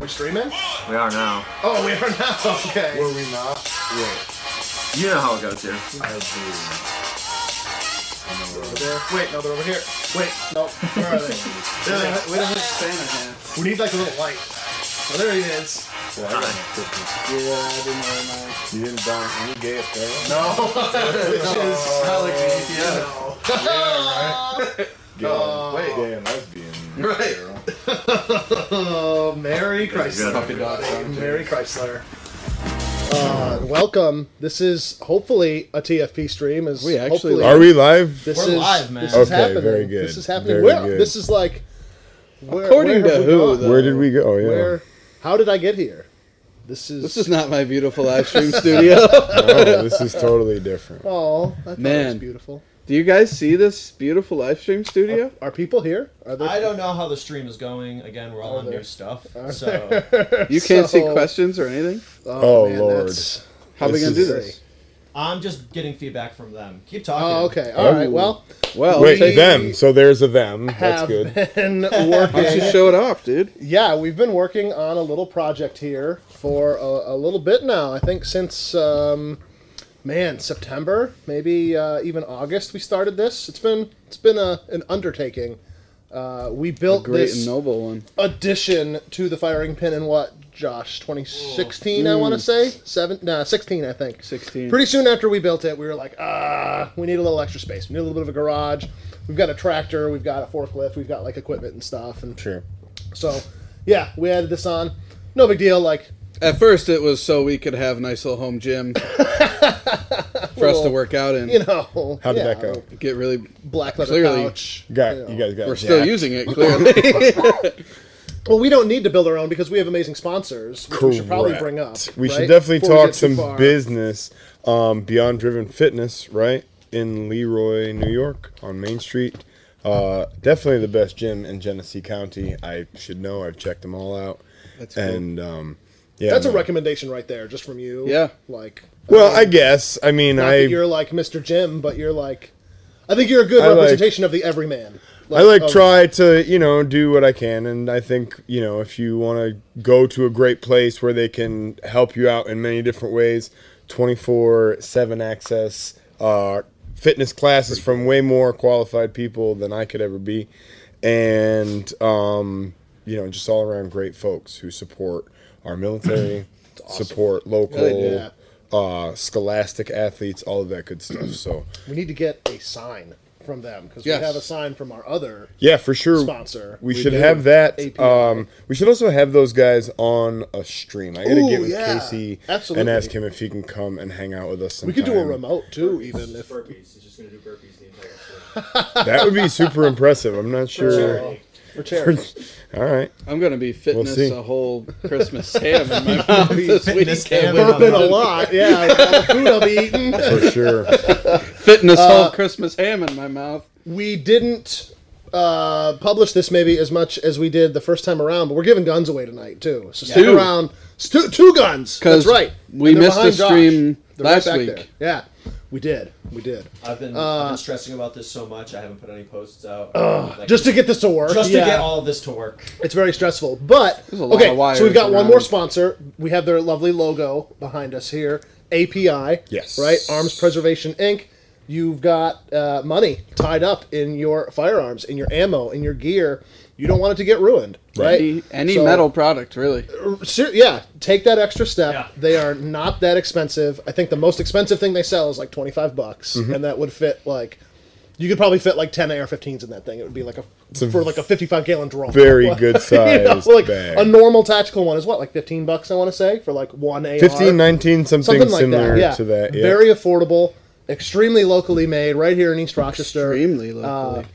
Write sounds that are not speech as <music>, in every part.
We're streaming? We are now. Oh, we are now. <laughs> Okay. Were we not? Wait, You know how it goes here. I do. I know where Over it is. there. Wait, no, they're over here. Wait, no. Where are they? There they are. We don't have- Santa We need like a little light. Oh, there he is. Yeah, I got my Christmas. hat. Yeah, I didn't wear mine. You didn't don any gay apparel? No. Which is. I like the EPF. No. Gay, Oh. wait. gay and lesbian. Right. apparel. Oh, Merry good. Chrysler. Puppy dog sound. Merry Chrysler. Uh, welcome. This is hopefully a TFP stream. Is We actually hopefully- Are we live? This is We're live, man. This is Okay, happening. very good. This is happening. Very Where, good. This is like. Where, According where to have we who, gone? though? Where did we go? Oh, yeah. Where? How did I get here? This is. This is not my beautiful live stream studio. <laughs> No, Oh, this is totally different. Oh, I thought it was Man. beautiful. Do you guys see this beautiful live stream studio? Are people here? Are there? I don't know how the stream is going. Again, we're all on there. new <laughs> stuff. So You can't see So- questions or anything? Oh, Lord. that's- How are we This going to do is- this? I'm just getting feedback from them. Keep talking. Oh, okay. All right. Oh. Well, Well, Wait, take- them. So there's a them. That's have good. <laughs> been <laughs> why don't you working. show it off, dude? yeah, we've been working on a little project here for a, a little bit now. I think since um, man September, maybe uh, even August, we started this. It's been it's been a, an undertaking. Uh, we built Great this and noble one. addition to the firing pin in what Josh 2016 I want to say seven no 16 I think 16. pretty soon after we built it we were like ah we need a little extra space we need a little bit of a garage we've got a tractor we've got a forklift we've got like equipment and stuff and Sure. so yeah we added this on no big deal like At first, it was so we could have a nice little home <laughs> gym for us to Well, work out in. you know <laughs> How did yeah, that go? Get really. black leather Clearly. couch You Got you know. you guys got. We're still jacked. using <laughs> it clearly. well we don't need to build our own because we have amazing sponsors which we should probably Correct. bring up We right? should definitely Before we talk get too some far. business. Um, Beyond Driven Fitness, right in Leroy, New York, on Main Street. Uh, definitely the best gym in Genesee County. I should know. I've checked them all out. That's cool. and um, yeah, that's a man. recommendation right there just from you Yeah. like Well, I guess. I mean, Not I that you're like Mr. Jim, but you're like, I think you're a good I like- representation of the everyman. I like of- try to, you know, do what I can, and I think, you know, if you want to go to a great place where they can help you out in many different ways, twenty four seven access, uh, fitness classes from way more qualified people than I could ever be, and um, you know, just all around great folks who support our military, support local, Yeah. uh, scholastic athletes, all of that good stuff. So, We need to get a sign from them because Yes. we have a sign from our other yeah, for sure. sponsor. We, should do. have that. API. Um, we should also have those guys on a stream. I gotta Ooh, get with yeah. Casey and Absolutely. ask him if he can come and hang out with us. We Sometime. could do a remote too, even <laughs> if. He's just gonna do burpees the entire That would be super impressive. I'm not sure. Charity. For charity. All right, I'm going to be fitness see. a whole <laughs> Christmas ham in my mouth this week. fitness ham in my Burping a lot, yeah. all the food I'll be <laughs> eating. <laughs> for sure. Fitness Uh, whole Christmas ham in my mouth. We didn't uh, publish this maybe as much as we did the first time around, but we're giving guns away tonight too. So stick Two. around. S- Two, two guns. That's Because right. we And they're missed the behind Josh. stream They're right last back week. there. Yeah, we did. We did. I've been, I've been stressing about this so much. I haven't put any posts out. Like, uh, Just to get this to work. just yeah. to get all of this to work. It's very stressful. But a lot okay, of wires so we've got one around. more sponsor. We have their lovely logo behind us here. API. Yes. Right. Arms Preservation Inc. You've got uh, money tied up in your firearms, in your ammo, in your gear. You don't want it to get ruined, right? Any, any So- metal product, really. Ser- yeah, take that extra step. Yeah. They are not that expensive. I think the most expensive thing they sell is like 25 bucks, Mm-hmm. and that would fit like you could probably fit like 10 AR-15s in that thing. It would be like a a for like a 55 gallon drum. <laughs> very good sized like bag. a normal tactical one is what like 15 bucks I want to say for like one AR. 15, 19, something, something like similar that. Yeah. to that. Yeah. Very affordable, extremely locally made, right here in East Rochester. Extremely uh, locally.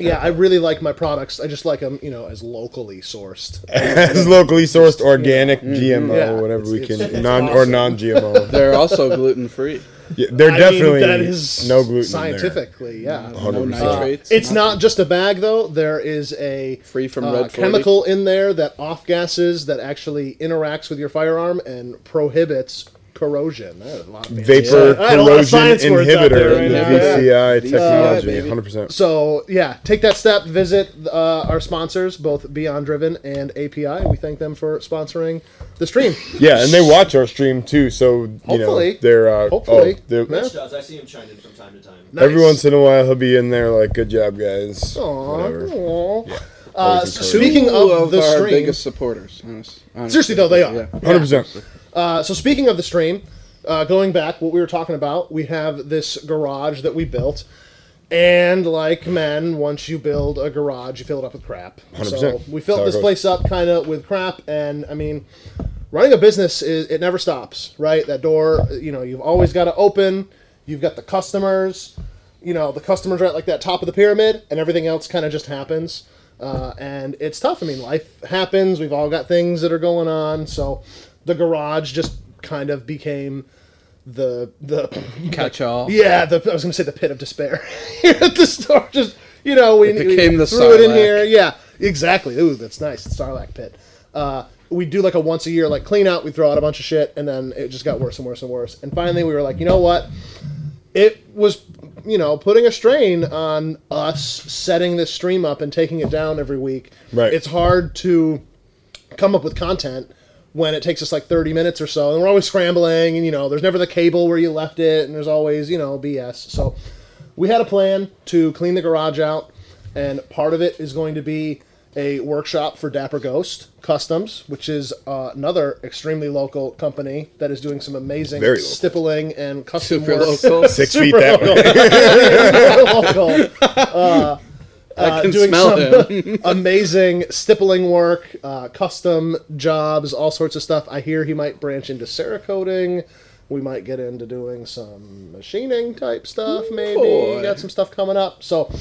Yeah, I really like my products. I just like them, you know, as locally sourced. <laughs> as locally sourced, organic, GMO, Mm-hmm. Yeah, whatever it's- we it's- can, it's non or awesome. <laughs> non GMO. They're also gluten free. They're I mean, definitely that is no gluten. in there. scientifically, yeah. No 100%. nitrates. It's not just a bag though. There is a Free from uh, red 40. chemical in there that off gases that actually interacts with your firearm and prohibits corrosion. That is a lot of fancy Vapor stuff. I had a lot of corrosion science words out there inhibitor, right the now. VCI Yeah. Yeah, technology, baby. 100%. So yeah, take that step. Visit uh, our sponsors, both Beyond Driven and API. We thank them for sponsoring the stream. Yeah, and they watch our stream too, so you Hopefully. know they're uh, Hopefully. oh, they're- Yeah. Mitch does. I see him chiming in from time to time. Nice. Every once in a while, he'll be in there like, "Good job, guys." Whatever. Aw, aw. Uh, Always so encourage. speaking Two of, the our stream, biggest supporters. honest- honestly. Seriously, though, they are. Yeah. Hundred percent. Uh, so speaking of the stream, uh, going back, what we were talking about, we have this garage that we built, and like men, once you build a garage, you fill it up with crap. So 100%. we filled That's how it this goes. place up kind of with crap, and I mean, running a business is it never stops, right? That door, you know, you've always got to open. You've got the customers, you know, the customers are at like that top of the pyramid, and everything else kind of just happens. Uh, and it's tough. I mean, life happens. We've all got things that are going on. So the garage just kind of became the the Catch all. yeah. The, I was going to say the pit of despair <laughs> here at the store. Just you know, we, It became we the threw it in Sarlacc. here. Yeah, exactly. Ooh, that's nice. It's Sarlacc pit. Uh, we do like a once a year like clean out. We throw out a bunch of shit, and then it just got worse and worse and worse. And finally, we were like, you know what? It was, you know, putting a strain on us setting this stream up and taking it down every week. Right. It's hard to come up with content when it takes us like 30 minutes or so and we're always scrambling and you know there's never the cable where you left it and there's always you know bs so we had a plan to clean the garage out and part of it is going to be a workshop for dapper ghost customs which is uh, another extremely local company that is doing some amazing Very local. stippling and <laughs> custom Super work local. Six feet that way. Super local uh, I can doing smell some him. <laughs> amazing stippling work, uh, custom jobs, all sorts of stuff. I hear he might branch into Cerakoting. We might get into doing some machining type stuff, maybe. boy. Got some stuff coming up. So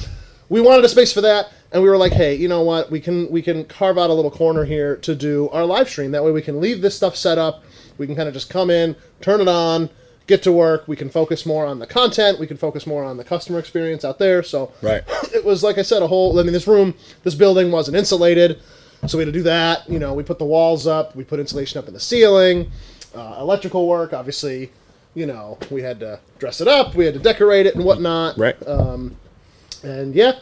we wanted a space for that, and we were like, hey, you know what? We can we can carve out a little corner here to do our live stream. That way we can leave this stuff set up. We can kind of just come in, turn it on, get to work. We can focus more on the content. We can focus more on the customer experience out there. So Right. <laughs> it was like I said, a whole. I mean, this room, this building wasn't insulated, so we had to do that. You know, we put the walls up, we put insulation up in the ceiling, uh, electrical work. Obviously, you know, we had to dress it up, we had to decorate it and whatnot. Right. Uh, And yeah,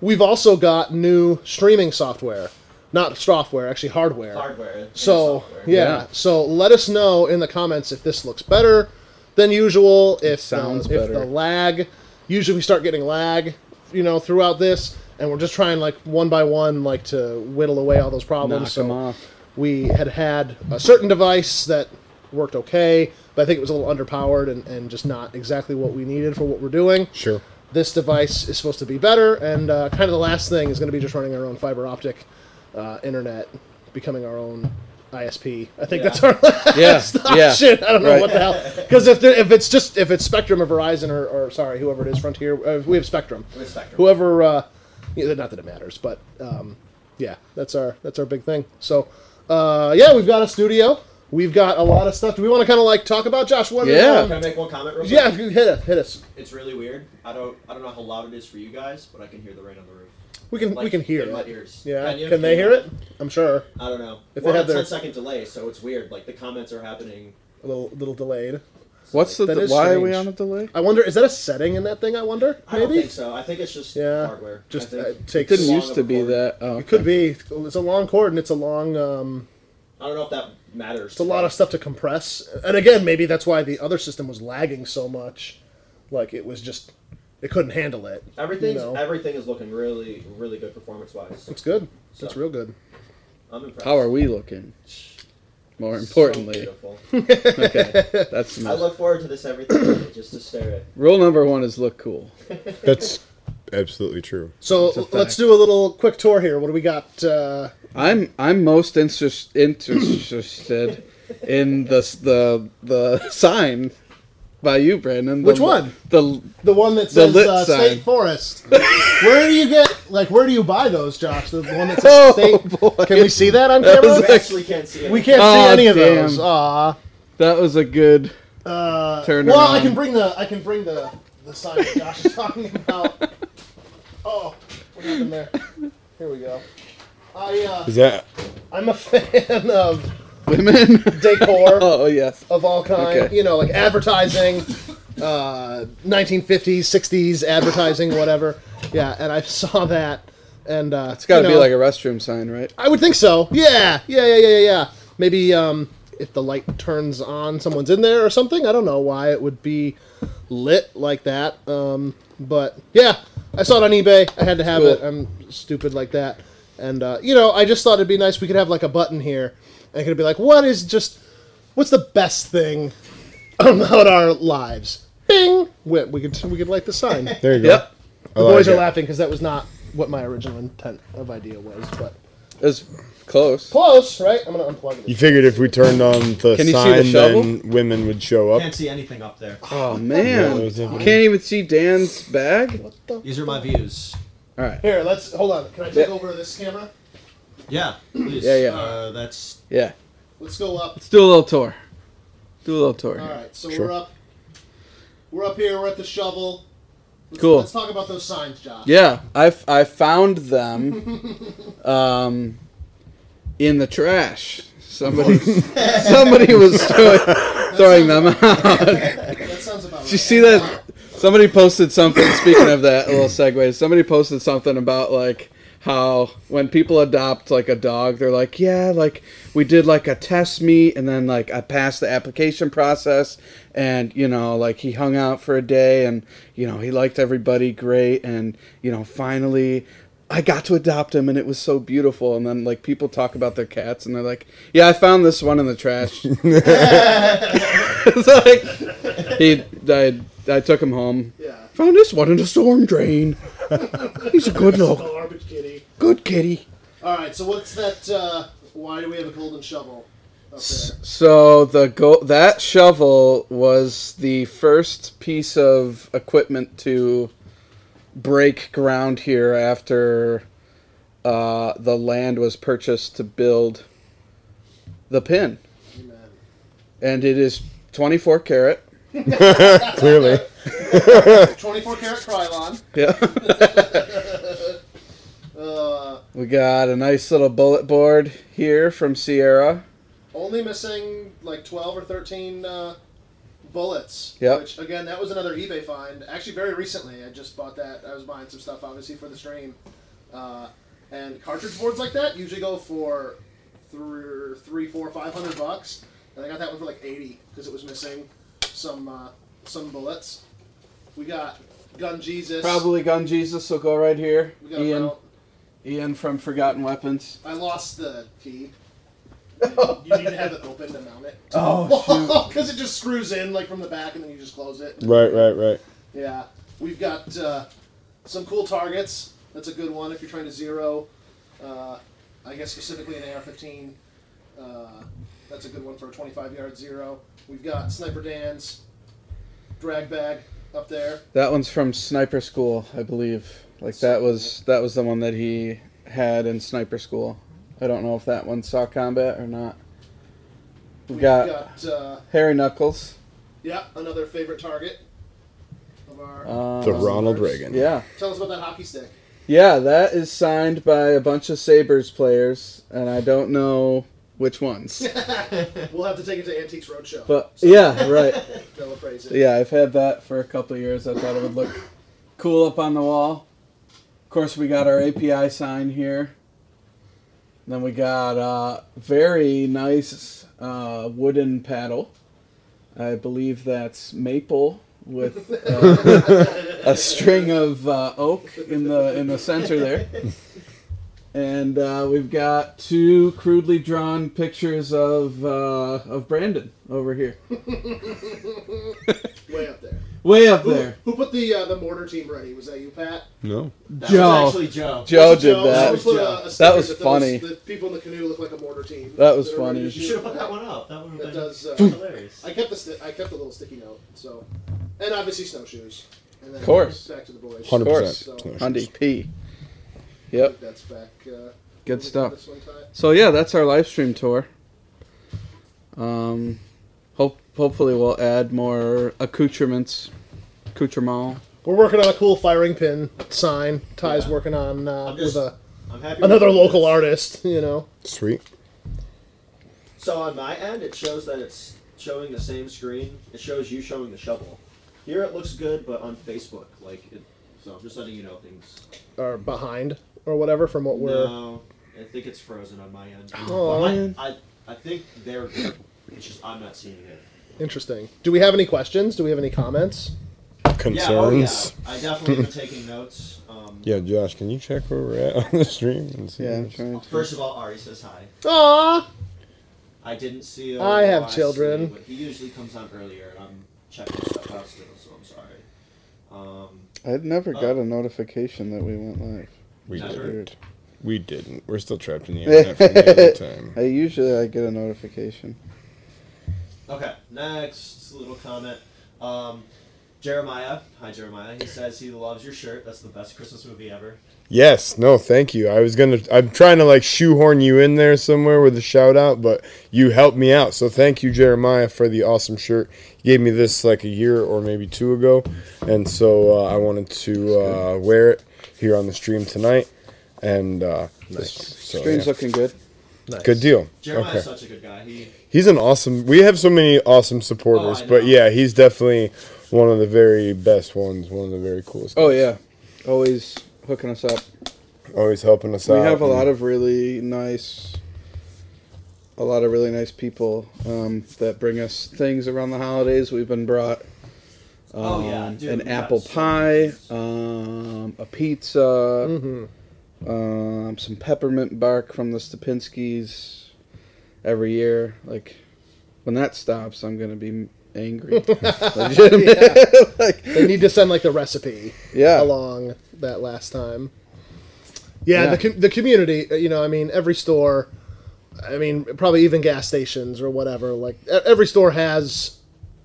we've also got new streaming software, not software, actually hardware. Hardware. and So software. yeah. Yeah. so let us know in the comments if this looks better than usual. If sounds the, if better. the lag, usually we start getting lag, you know, throughout this, and we're just trying like one by one, like to whittle away all those problems. Knock so 'em off. <laughs> we had had a certain device that worked okay, but I think it was a little underpowered and, and just not exactly what we needed for what we're doing sure. this device is supposed to be better, and uh, kind of the last thing is going to be just running our own fiber optic uh, internet, becoming our own ISP. I think Yeah. that's our last Yeah, <laughs> yeah. option. I don't know Right. what the hell, because if there, if it's just if it's Spectrum or Verizon or, or sorry whoever it is Frontier, uh, we have Spectrum. We have Spectrum. Whoever, uh, yeah, not that it matters, but um, yeah, that's our that's our big thing. So uh, yeah, we've got a studio. We've got a lot of stuff. Do we want to kind of like talk about Josh? What Yeah. Can I make one comment real quick? yeah. Hit us, hit us. It's really weird. I don't I don't know how loud it is for you guys, but I can hear the rain on the roof. We can we Like, can hear in it. my ears. Yeah. you? Can they hear it? I'm sure. I don't know. If We're they on have a their- 10 second delay, so it's weird. Like the comments are happening. A little little delayed. What's the? That is why are we strange. on a delay? I wonder is that a setting in that thing? I wonder. I don't Maybe. think so. I think it's just Yeah. hardware. Just I uh, think. it takes. Didn't long used to of a be cord. that. Oh, It could be. It's a long cord and it's a long. Um, I don't know if that matters. it's a lot of stuff to compress. And again, maybe that's why the other system was lagging so much. Like it was just, it couldn't handle it. Everything's you know. everything is looking really really good performance wise. It's good. It's So- real good. I'm impressed. How are we looking? More So importantly, <laughs> beautiful. okay, that's the I message. look forward to this every Thursday <coughs> just to stare at. rule number one is look cool. That's absolutely true. So a l- let's fact. do a little quick tour here. What do we got? Uh, I'm I'm most interest, interested in the s- the the <laughs> sign by you, Brandon. The- Which one? The the one that The says lit uh, sign. State Forest. where do you get? Like, where do you buy those, Josh? The one that says <laughs> Oh, State. boy. Can we see that on That camera? was We like- actually can't see it. we can't see Aw, any of damn. those. Aw. that was a good. Uh, Turn well, I around. can bring the I can bring the the sign that Josh is talking <laughs> about. Oh, what happened there? Here we go. I uh, Is that I'm a fan of <laughs> women. decor <laughs> oh yes. of all kind. Okay. You know, like advertising, uh, 1950s, 60s advertising, whatever. Yeah, and I saw that, and uh, It's got to be like a restroom sign, right? I would think so. Yeah, yeah, yeah, yeah, yeah, yeah. Maybe um, if the light turns on, someone's in there or something. I don't know why it would be lit like that. Um, but yeah, I saw it on eBay. I had to have Cool. it. I'm stupid like that. And uh, you know, I just thought it'd be nice. We could have like a button here, and it could be like, what is just, what's the best thing <laughs> about our lives? Bing. We, we could we could light the <laughs> sign. There you go. Yep. Oh, I The like boys are it. laughing because that was not what my original intent of idea was, but It's close. close, right? I'm gonna unplug You it. figured if we turned on the Can you see the sign, shovel? then women would show up. Can't see anything up there. Oh Yeah, man, it you was in- can't even see Dan's bag. What the? These are my views. All right. Here, let's hold on. Can I take Yeah. over this camera? Yeah, please. Yeah, yeah. Uh, that's Yeah. Let's go up. Let's do a little tour. Do a little tour. All right, so Sure. we're up. We're up here. We're at the shovel. Let's, Cool. Let's talk about those signs, Josh. Yeah, I've I found <laughs> them um, in the <laughs> trash. Somebody somebody was throwing, throwing them out. That sounds about. Did you see that? Somebody posted something. Speaking of that, a little segue. Somebody posted something about like how when people adopt like a dog, they're like, yeah, like we did like a test meet, and then like I passed the application process, and you know, like he hung out for a day, and you know, he liked everybody great, and you know, finally. I got to adopt him and it was so beautiful. And then, like, people talk about their cats and they're like, Yeah, I found this one in the trash. <laughs> it's like, he I, I took him home. Yeah. Found this one in a storm drain. <laughs> He's a good look, Garbage kitty. good Oh, kitty. All right, so what's that? Uh, why do we have a golden shovel? Up there? <laughs> So the go- that shovel was the first piece of equipment to break ground here after uh, the land was purchased to build the pin, Amen. and it is 24 karat. 24 Clearly. karat Krylon. <laughs> Yeah. Uh, We got a nice little bullet board here from Sierra. only missing like 12 or 13 uh, bullets. Yep. Which, again, that was another eBay find. Actually, very recently, I just bought that. I was buying some stuff, obviously, for the stream. Uh, and cartridge boards like that usually go for three, three, four, five hundred bucks. And I got that one for like 80 because it was missing some uh, some bullets. We got Gun Jesus. Probably Gun Jesus will go right here. We got a Ian, mount. Ian from Forgotten Weapons. I lost the <laughs> key. you need to have it open to mount it. <laughs> <laughs> Oh Because it just screws in like from the back, and then you just close it. right, right, right. Yeah, we've got uh, some cool targets. That's a good one if you're trying to zero. Uh, I guess specifically an AR-15. Uh, that's a good one for a 25-yard zero. We've got Sniper Dan's drag bag up there. That one's from Sniper School, I believe. Like that was that was the one that he had in Sniper School. I don't know if that one saw combat or not. We We've got, got uh, Harry Knuckles. yeah another favorite target of our. Uh, The Um, Ronald Reagan. yeah. Tell us about that hockey stick. Yeah, that is signed by a bunch of Sabres players, and I don't know which <laughs> ones. We'll have to take it to Antiques Roadshow. But yeah, right. They'll appraise it. Yeah, I've had that for a couple of years. I thought it would look cool up on the wall. Of course, we got our API sign here. Then we got a very nice uh, wooden paddle. I believe that's maple with uh, a string of uh, oak in the in the center there. And uh, we've got two crudely drawn pictures of uh, of Brandon over here, Way up there. way up there. Who put the uh, the mortar team ready? Was that you, Pat? No. that Joe. was actually Joe. Joe Was it did Someone that. put a- a That sticker was those- funny. the people in the canoe look like a mortar team. That was They're ready to funny. You should shoot. have put that one up. That one would That have does, uh, been hilarious. I kept the sti- I kept the little sticky note. So, and obviously snowshoes. And then Of course. Back to the boys. 100%. So, Snowshoes. Hyundai P. I Yep. think that's back. Uh, Good stuff. This one time. So yeah, that's our live stream tour. Um, hope hopefully we'll add more accoutrements, accoutrement. We're working on a cool firing pin sign. Ty's Yeah. working on uh, I'm just- with a, I'm happy. another with local this. artist. You know. Sweet. So on my end, it shows that it's showing the same screen. It shows you showing the shovel. Here it looks good, but on Facebook, like, it, so I'm just letting you know things. or behind or whatever from what we're. No, I think it's frozen on my end. Oh, But man. I, I, I think they're good. It's just I'm not seeing it. Interesting. Do we have any questions? Do we have any comments? Yeah, oh yeah. Concerns. I definitely <laughs> have been taking notes. Um, yeah. Josh, can you check where we're at on the stream and see? Yeah, I'm what's- trying to. First of all, Ari says hi. Ah, I didn't see. him I have last children. week, but he usually comes on earlier, and I'm checking stuff out still, so I'm sorry. Um, I'd never got a notification that we went live. We Never. didn't. Weird. We didn't. We're still trapped in <laughs> the internet from the other time. I usually I get a notification. okay, next little comment. Um, Jeremiah, hi Jeremiah. He says he loves your shirt. That's the best Christmas movie ever. Yes, no, thank you. I was gonna, I'm trying to like shoehorn you in there somewhere with a shout out, but you helped me out. So thank you, Jeremiah, for the awesome shirt. You gave me this like a year or maybe two ago, and so uh, I wanted to uh, wear it here on the stream tonight. And uh, nice. so, Stream's yeah. looking good. nice. good deal. Jeremiah's okay, such a good guy. He he's an awesome. We have so many awesome supporters, Oh, I but know. yeah, he's definitely one of the very best ones. One of the very coolest. Oh yeah, always hooking us up. always helping us out. we have a and- lot of really nice, a lot of really nice people um, that bring us things around the holidays. We've been brought. Um, Oh, yeah, dude, an we got apple so pie, many things. um, a pizza, Mm-hmm. um, some peppermint bark from the Stepinskys. Every year, like when that stops, I'm gonna be <laughs> angry. Legitimate. like, <laughs> They need to send like the recipe yeah. along that last time. Yeah, Yeah. the com- the community. uh, You know, I mean, every store. I mean, probably even gas stations or whatever. Like e- every store has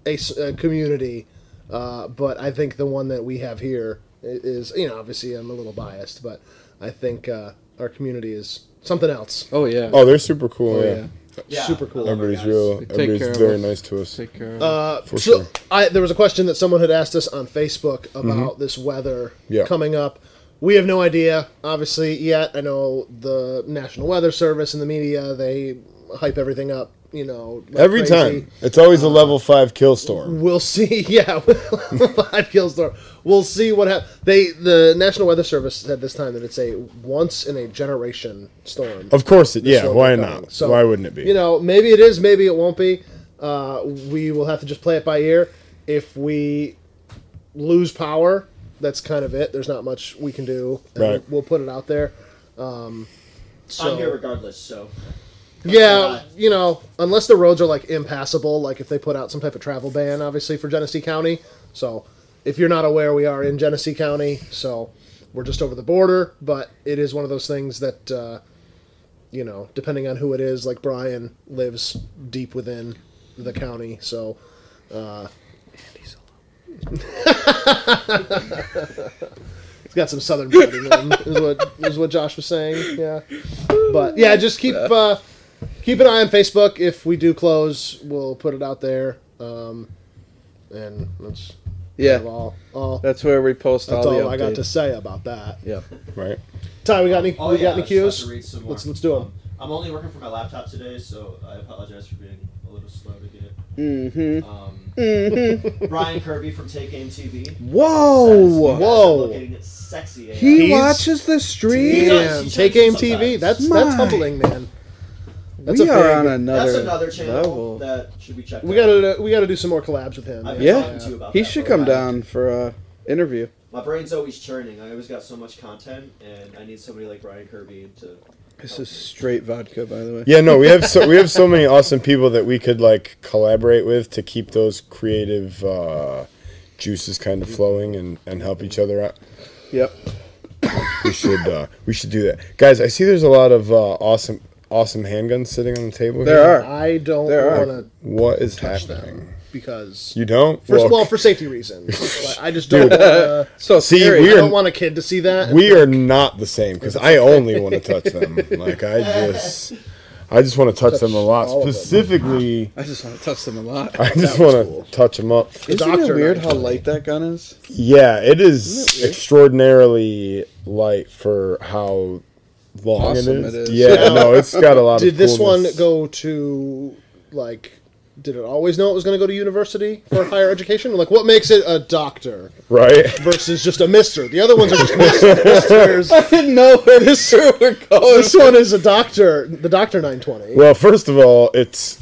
a, s- a community, uh, but I think the one that we have here i- is, you know, obviously I'm a little biased, but I think uh, our community is something else. Oh yeah. Oh, they're super cool. Oh, yeah. yeah. Oh, yeah, Super cool. I love Everybody's you guys. real. They take care Everybody's of very us. nice to us. Take care. Of Uh, so For sure. Mm-hmm. I, there was a question that someone had asked us on Facebook about this weather Yeah. coming up. We have no idea, obviously, yet. I know the National Weather Service and the media, they hype everything up, you know. like Every crazy. time, it's always uh, a level five kill storm. We'll see. <laughs> Yeah, five kills. There. We'll see what happens. They, the National Weather Service said this time that it's a once in a generation storm. Of course, it. Yeah, So why they're going. not? So, why wouldn't it be? You know, maybe it is, maybe it won't be. Uh, we will have to just play it by ear. If we lose power, that's kind of it. There's not much we can do. and Right. We'll put it out there. Um, I'm here so regardless, so yeah, you know, unless the roads are like impassable, like if they put out some type of travel ban, obviously for Genesee County. So if you're not aware, we are in Genesee County, so we're just over the border. But it is one of those things that. Uh, you know, depending on who it is, like Brian lives deep within the county, so uh <laughs> He's got some southern blood in him, is what is what Josh was saying. Yeah. But yeah, just keep uh keep an eye on Facebook. If we do close, we'll put it out there. Um and that's yeah. kind of all all that's, That's where we post all the all updates. I got to say about that. Yeah. right? Ty, we got any oh we yeah, got any I just have cues? to read some more. Let's let's do 'em. Um, I'm only working for my laptop today, so I apologize for being a little slow to get. <laughs> Mm-hmm. Um, Mm-hmm. Brian Kirby from Take Aim TV. Whoa! Whoa. Getting it sexy. AF. He He's- watches the stream. Damn. does, Damn, he take does aim sometimes. TV. That's that's My. humbling, man. That's we a are big- on another. That's another channel level. that should be checked. We out. gotta we gotta do some more collabs with him. I've been Yeah. talking to you about He that should for a come while. down for a interview. My brain's always churning. I always got so much content, and I need somebody like Brian Kirby to. This is straight vodka, by the way. Yeah, no, we have so we have so many awesome people that we could like collaborate with to keep those creative uh, juices kind Mm-hmm. of flowing and, and help each other out. Yep. We should uh, we should do that, guys. I see there's a lot of uh, awesome awesome handguns sitting on the table. There here. are. I don't There are. want to What is touch happening? them because You don't. first of Well, all, for safety reasons, But I just don't. Wanna, So See, scary. I we don't are want a kid to see that. we are not the same because I only want to touch <laughs> them. Like I just, I just want to touch, them a lot. all of them. Specifically, I just want to touch them a lot. I was just want to cool. touch them up. The Isn't it doctor weird knows how that. light that gun is? Yeah, it is Isn't that weird? extraordinarily light for how long Awesome it it is. is. Yeah, Now, no, it's got <laughs> a lot Did of this one coolness. go to like? Did it always know it was going to go to university for higher education? Like, what makes it a doctor right? versus just a mister? The other ones are just <laughs> misters. I didn't know where this tour were going. This one is a doctor, the doctor 920. Well, first of all, it's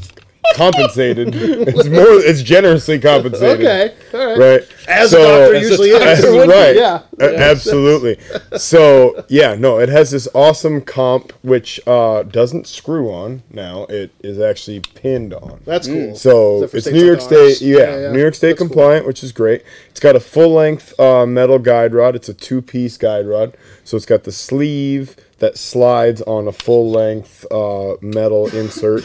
<laughs> compensated. it's more. It's generously compensated. Okay, all right. Right. As So- a doctor usually doctor is. <laughs> As- would be, right. Yeah. A- Absolutely. so yeah, no, it has this awesome comp which uh, doesn't screw on. Now it is actually pinned on. That's cool. So Except for it's states New York like ours. State, yeah, New York State That's cool. compliant, which is great. It's got a full length uh, metal guide rod. It's a two piece guide rod, so it's got the sleeve that slides on a full length uh, metal insert.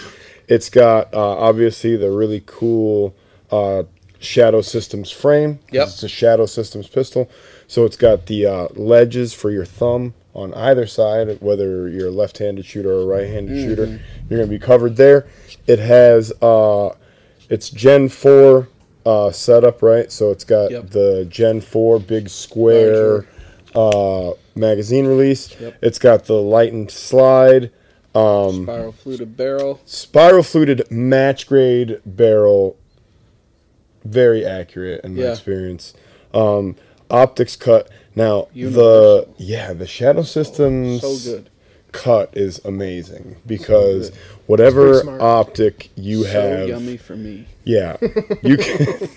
It's got uh, obviously the really cool uh, Shadow Systems frame. 'cause Yep. it's a Shadow Systems pistol, so it's got the uh, ledges for your thumb on either side, whether you're a left-handed shooter or a right-handed shooter. You're going to be covered there. It has uh, it's Gen 4 uh, setup, right? So it's got Yep. the Gen 4 big square uh, magazine release. Yep. It's got the lightened slide, Spiral fluted barrel. spiral fluted match grade barrel. Very accurate in my Yeah. experience. Um, optics cut. Now Universal. the yeah the Shadow Systems So good. cut is amazing because pretty whatever smart. optic you So have yummy for me. Yeah, you can <laughs>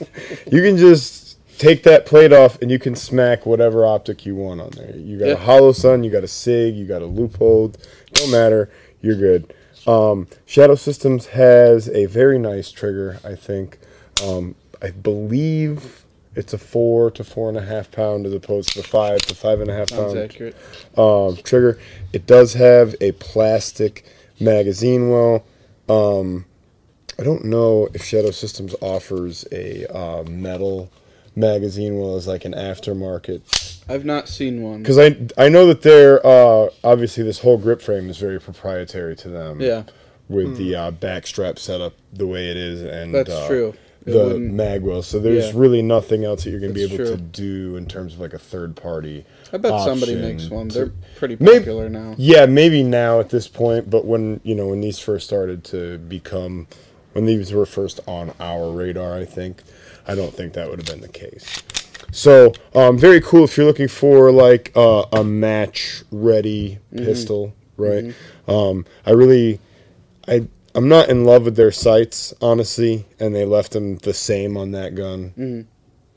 you can just take that plate off and you can smack whatever optic you want on there. You got Yeah. a hollow sun, you got a sig, you got a loophole. No matter, you're good. Um, Shadow Systems has a very nice trigger. I think um, I believe it's a four to four and a half pound as opposed to the five to five and a half Sounds pound accurate. um, trigger. It does have a plastic magazine well. Um, I don't know if Shadow Systems offers a uh, metal magazine well as like an aftermarket I've not seen one. because I I know that they're uh, obviously this whole grip frame is very proprietary to them. Yeah, Hmm. With the uh, backstrap setup the way it is, and that's uh, true. It the wouldn't- magwell. So there's Yeah. really nothing else that you're going to be That's able to true. do in terms of like a third party. I bet somebody option makes one. to- They're pretty Maybe- popular now. yeah, maybe now at this point, but when you know when these first started to become, when these were first on our radar, I think, I don't think that would have been the case. So um, very cool if you're looking for like uh, a match ready pistol, right? Um, I really, I I'm not in love with their sights honestly, and they left them the same on that gun.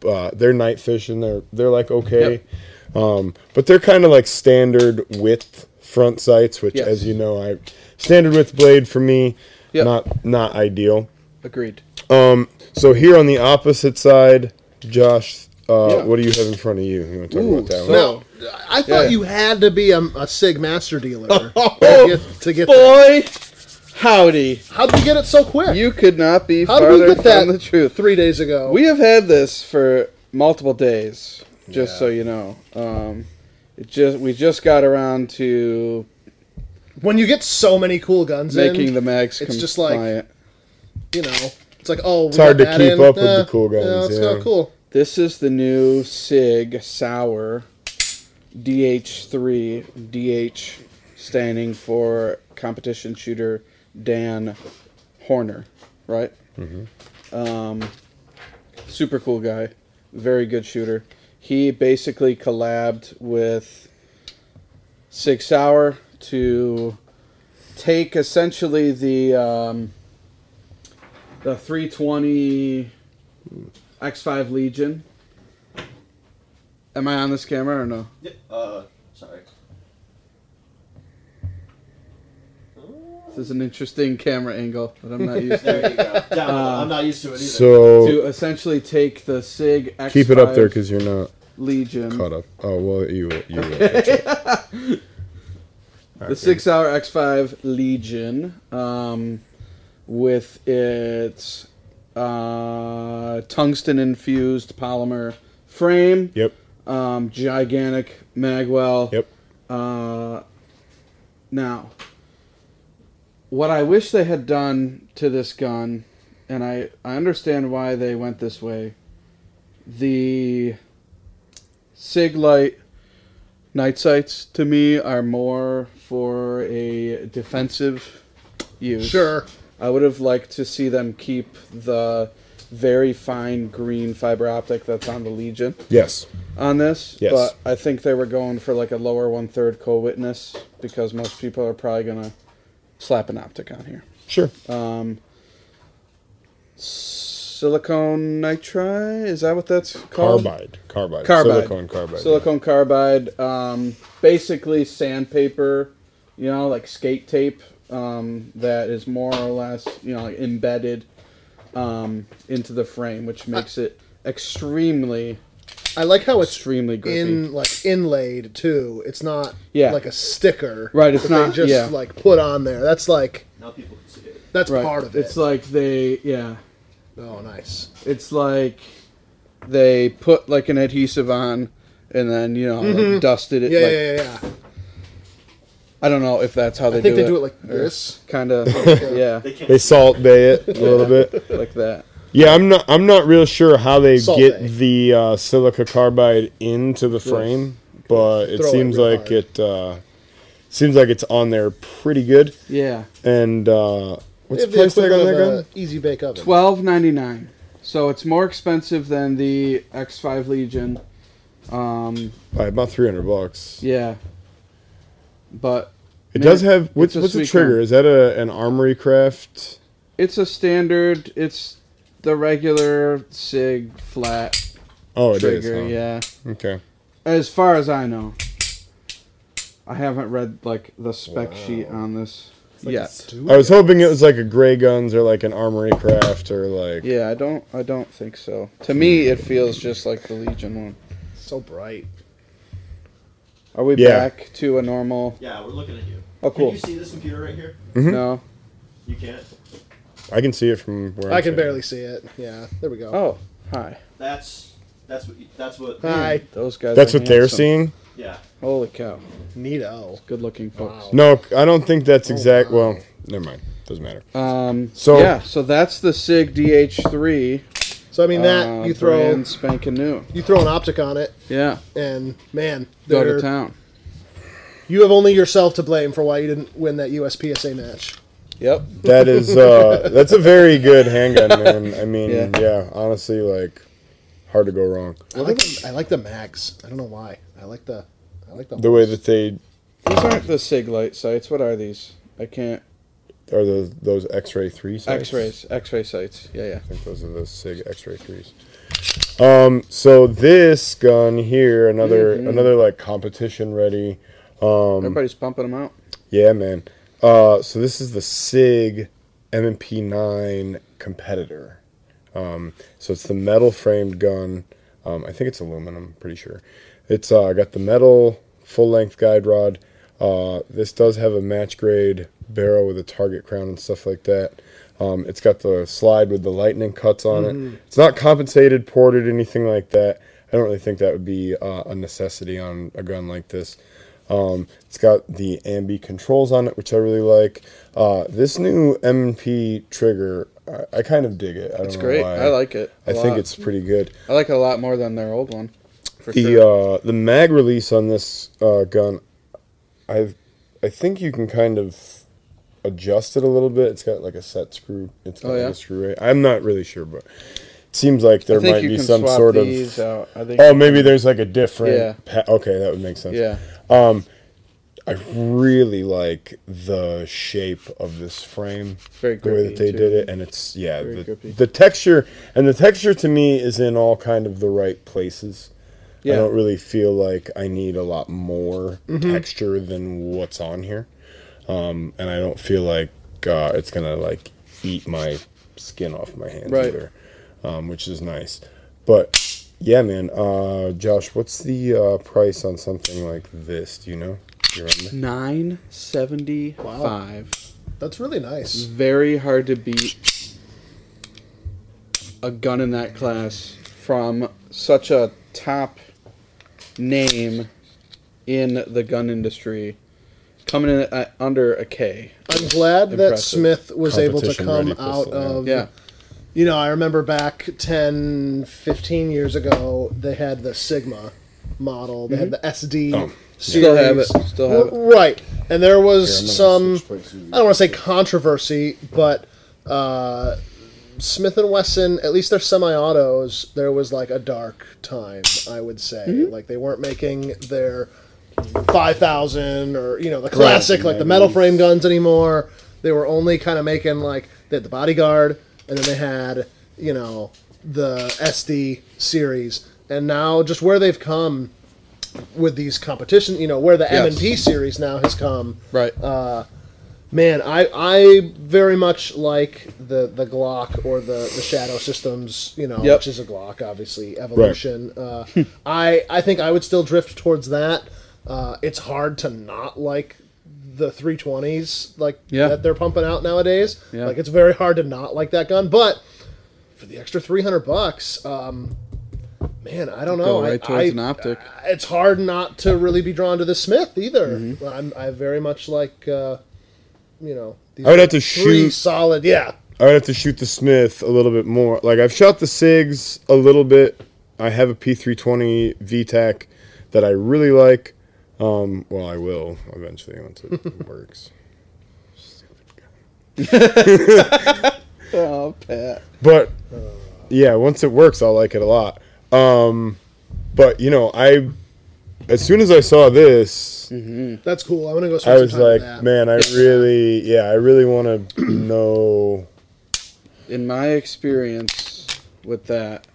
Uh, they're night fishing. They're they're like okay. Mm-hmm. Yep. Um, but they're kind of like standard width front sights, which, Yes. as you know, I standard width blade for me, Yep. not not ideal. Agreed. So here on the opposite side, Josh, uh, Yeah. what do you have in front of you? You want to talk Ooh, about that so- one? Now, I thought Yeah. you had to be a, a Sig master dealer <laughs> to get, to get that. Boy, howdy! How would you get it so quick? You could not be How farther did we get that from the truth. three days ago? We have had this for multiple days, just so you know. Um, it just we just got around to when you get so many cool guns making in, the mags it's compliant. just like- you know, it's like, oh, it's hard to keep up with the cool guns, it's yeah. not cool. This is the new Sig Sauer DH3. DH standing for competition shooter Dan Horner, right? Um, super cool guy, very good shooter. He basically collabed with Sig Sauer to take essentially the um, the 320 X5 Legion. Am I on this camera or no? Yeah, uh, sorry. This is an interesting camera angle that I'm not <laughs> used to. There you go. Down, I'm not used to it either. So to essentially take the Sig X5 keep it up there because you're not Legion, caught up. Oh well, you will- <laughs> you will. catch up. the six-hour X5 Legion, um, with its uh, tungsten-infused polymer frame, Yep. um, gigantic magwell, Yep. Uh, now, what I wish they had done to this gun, and I, I understand why they went this way, the Sig Light Night sights to me are more for a defensive use. Sure. I would have liked to see them keep the very fine green fiber optic that's on the Legion Yes. on this. Yes. But I think they were going for like a lower one third co witness because most people are probably gonna slap an optic on here. Sure. Silicone nitride is that what that's called? carbide. Carbide. Carbide. Silicon carbide. Silicone carbide, um, basically sandpaper, you know, like skate tape um, that is more or less, you know, like embedded um, into the frame, which makes it extremely, I like how it's extremely grippy. in like inlaid too. It's not Yeah. like a sticker. Right, it's that not- they just yeah. like put on there. That's like Now people can see it. that's right. part of it. It's like they, yeah, oh, nice. it's like they put like an adhesive on and then you know like, dusted it. Mm-hmm. Yeah, like, yeah, yeah, yeah. I don't know if that's how they I think do they it. do it like this. kind <laughs> of, yeah, They can't. They salt bay it a little bit. like that. Yeah, I'm not. I'm not real sure how they Salt get Bae. the uh, silica carbide into the frame, but it Throw it seems real like hard. it uh, seems like it's on there pretty good. Yeah, And uh, what's They the have the price tag on equivalent that of gun? a easy bake oven. twelve ninety nine. So it's more expensive than the X five Legion. Um, By about 300 bucks. yeah, but It man, does have what's it's a what's the sweet trigger? gun. Is that a an armory craft? It's a standard. It's the regular Sig flat Oh, it trigger. is. huh? Yeah, Okay. as far as I know. I haven't read like the spec sheet on this yet. I was hoping it was like a Gray Guns or like an Armory Craft or like. Yeah, I don't. I don't think so. To me, it feels just like the Legion one. so bright. Are we Yeah. back to a normal? Yeah, we're looking at you. Oh, Can cool. you see this computer right here? Mm-hmm. No. You can't. I can see it from where I I'm can sitting. barely see it. Yeah, there we go. Oh, hi. That's that's what you- that's what. Hi, Those guys. That's are what they're handsome. seeing. Yeah. Holy cow! neato. Good looking folks. No, I don't think that's exact. Well, never mind. Doesn't matter. Um. So- So yeah. So that's the Sig DH3. So I mean that uh, you throw brand spanking new. you throw an optic on it, Yeah. and man, Go to they're- town. You have only yourself to blame for why you didn't win that USPSA match. Yep. That is. Uh, that's a very good handgun, man. I mean, yeah. Yeah. Honestly, like, hard to go wrong. I like the, I like the mags. I don't know why. I like the I like the, The way that they These aren't the Sig light sights. What are these? I can't. are those those X-ray three. sights? X-rays. X-ray sights. Yeah, yeah. I think those are the Sig X-ray threes. Um, so this gun here, another another like competition ready. Um, Everybody's pumping them out. Yeah, man. Uh, so this is the Sig M&P 9 competitor. Um, so it's the metal framed gun. Um, I think it's aluminum. I'm pretty sure. It's uh, got the metal full length guide rod. Uh, this does have a match grade barrel with a target crown and stuff like that. Um, it's got the slide with the lightning cuts on Mm-hmm. it. It's not compensated, ported, anything like that. I don't really think that would be uh, a necessity on a gun like this. Um, it's got the ambi controls on it, which I really like. Uh, this new M&P trigger, I, I kind of dig it. uh, I don't It's know great. why. I like it. I I think it's pretty good. I like it a lot more than their old one. For The sure. uh, the mag release on this uh, gun, I've I think you can kind of adjust it a little bit. It's got like a set screw. It's got Oh, like yeah? a screw. Rate. I'm not really sure, but it seems like there I think might you be can some swap sort these of. out. I think. Oh, maybe there's like a different. Yeah. Pa- okay, that would make sense. Yeah. I really like the shape of this frame. Very the way that grippy, they too. did it, and it's yeah, Very the, grippy. the texture and the texture to me is in all kind of the right places. I Yeah. Mm-hmm. don't really feel like I need a lot more texture than what's on here, um, and I don't feel like uh, it's gonna like eat my skin off my hands Right. either, um, which is nice. But yeah, man, uh, Josh, what's the uh, price on something like this? Do you know? Do you remember? Nine seventy five. That's really nice. very hard to beat a gun in that class from such a top name in the gun industry coming in at under a K. I'm glad that Impressive. Smith was able to Competition come ready pistol, out yeah. of Yeah. You know, I remember back 10, 15 years ago, they had the Sigma model. They had the SD. Mm-hmm. Oh. Still have it. series. Still have it. Right. And there Here, was I'm gonna some switch places with you. I don't want to say controversy, but uh, Smith and Wesson, at least their semi-autos, there was like a dark time. I would say, Mm-hmm. like they weren't making their five thousand or you know the classic like the metal frame guns anymore. They were only kind of making like they had the bodyguard, and then they had you know the SD series, and now just where they've come with these competition, you know where the M and P series now has come Right. man i i very much like the the glock or the the shadow systems you know Yep. which is a glock obviously evolution uh i i think i would still drift towards that uh it's hard to not like the 320s like Yeah. that they're pumping out nowadays Yeah. like it's very hard to not like that gun but for the extra 300 bucks um man i don't know Go right Oh, I, towards I- an optic. it's hard not to really be drawn to the Smith either. Mm-hmm. I'm, I very much like, uh, you know, these I would have to three shoot- solid. Yeah, I would have to shoot the Smith a little bit more. Like I've shot the Sigs a little bit. I have a P320 VTAC E that I really like. Um, well, I will eventually once it <laughs> works. Oh, Pat. But yeah, once it works, I'll like it a lot. Um, but you know, I as soon as I saw this, that's cool. I want to go. I Spend was some time with like, that. man, I really, yeah, I really want to <clears throat> know. In my experience with that,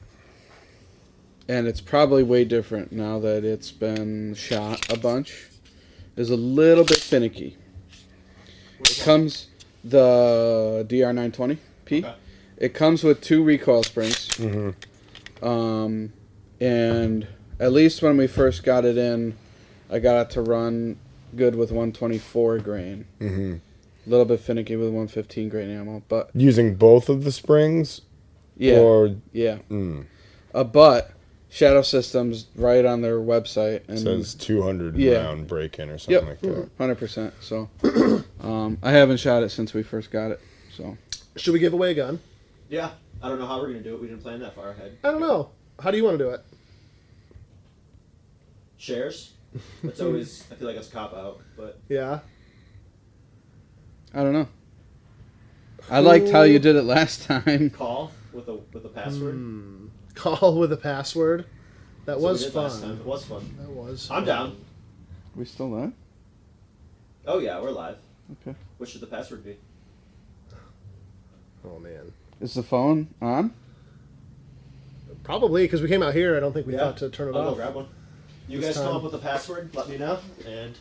and it's probably way different now that it's been shot a bunch, is a little bit finicky. It comes the DR920P. Okay. It comes with two recoil springs. Um, and at least when we first got it in, I got it to run good with 124 grain. A mm-hmm, little bit finicky with 115 grain ammo, but Using both of the springs, yeah, or yeah. mm, Uh, but Shadow Systems, right on their website, and says 200 Yeah. round break in or something yep, like Hmm. that. hundred percent. So, <coughs> um, I haven't shot it since we first got it. So, should we give away a gun? Yeah. I don't know how we're gonna do it. We didn't plan that far ahead. I don't know. How do you want to do it? Shares. That's always. I feel like that's a cop out, but Yeah. <laughs> I don't know. I liked how you did it last <laughs> time. call with a with a password. Call with a password. That That's what we was did Last time. fun. It was fun. That was. I'm fun. down. We still not? Oh yeah, we're live. Okay. What should the password be? Oh man. Is the phone on? Probably because we came out here. I don't think we Yeah. thought to turn it I'll go off. grab one. You This guys time. come up with a password. Let me know. And.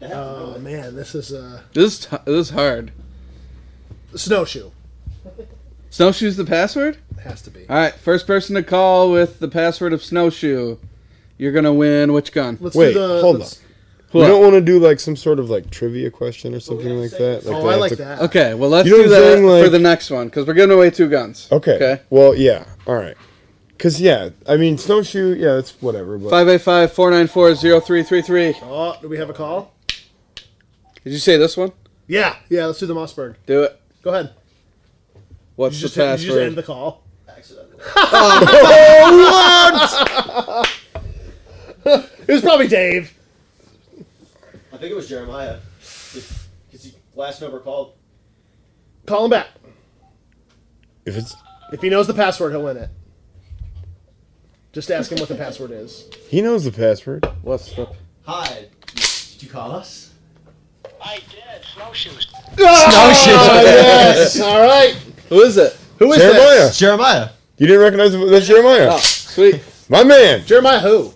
They have to know Oh it. man, this is a This is t- this is hard. snowshoe. Snowshoe's the password. It has to be. All right, first person to call with the password of snowshoe, you're gonna win. Which gun? Let's Wait, do the. hold let's- You What? don't want to do like some sort of like trivia question or something have like to that. say- Oh, they I have like to- that. Okay, well let's You know do what I'm that saying, like- for the next one because we're giving away two guns. Okay. Okay. Well, yeah. All right. Cause yeah, I mean snowshoe. Yeah, that's whatever. But 585 494 0333. Oh, do we have a call? Did you say this one? Yeah. Yeah. Let's do the Mossberg. Do it. Go ahead. What's You the just, you just password? end the call. Accidentally. It was probably Dave. I think it was Jeremiah. Because he last number called. Call him back. if it's If he knows the password, he'll win it. Just ask him what the password is. he knows the password. What's the. Hi. Did you call us? I did. Snowshoes. Oh, yes. All right. Who is it? Who is Jeremiah. this? Jeremiah. You didn't recognize the, that's Jeremiah. Oh, sweet. My man. Jeremiah who?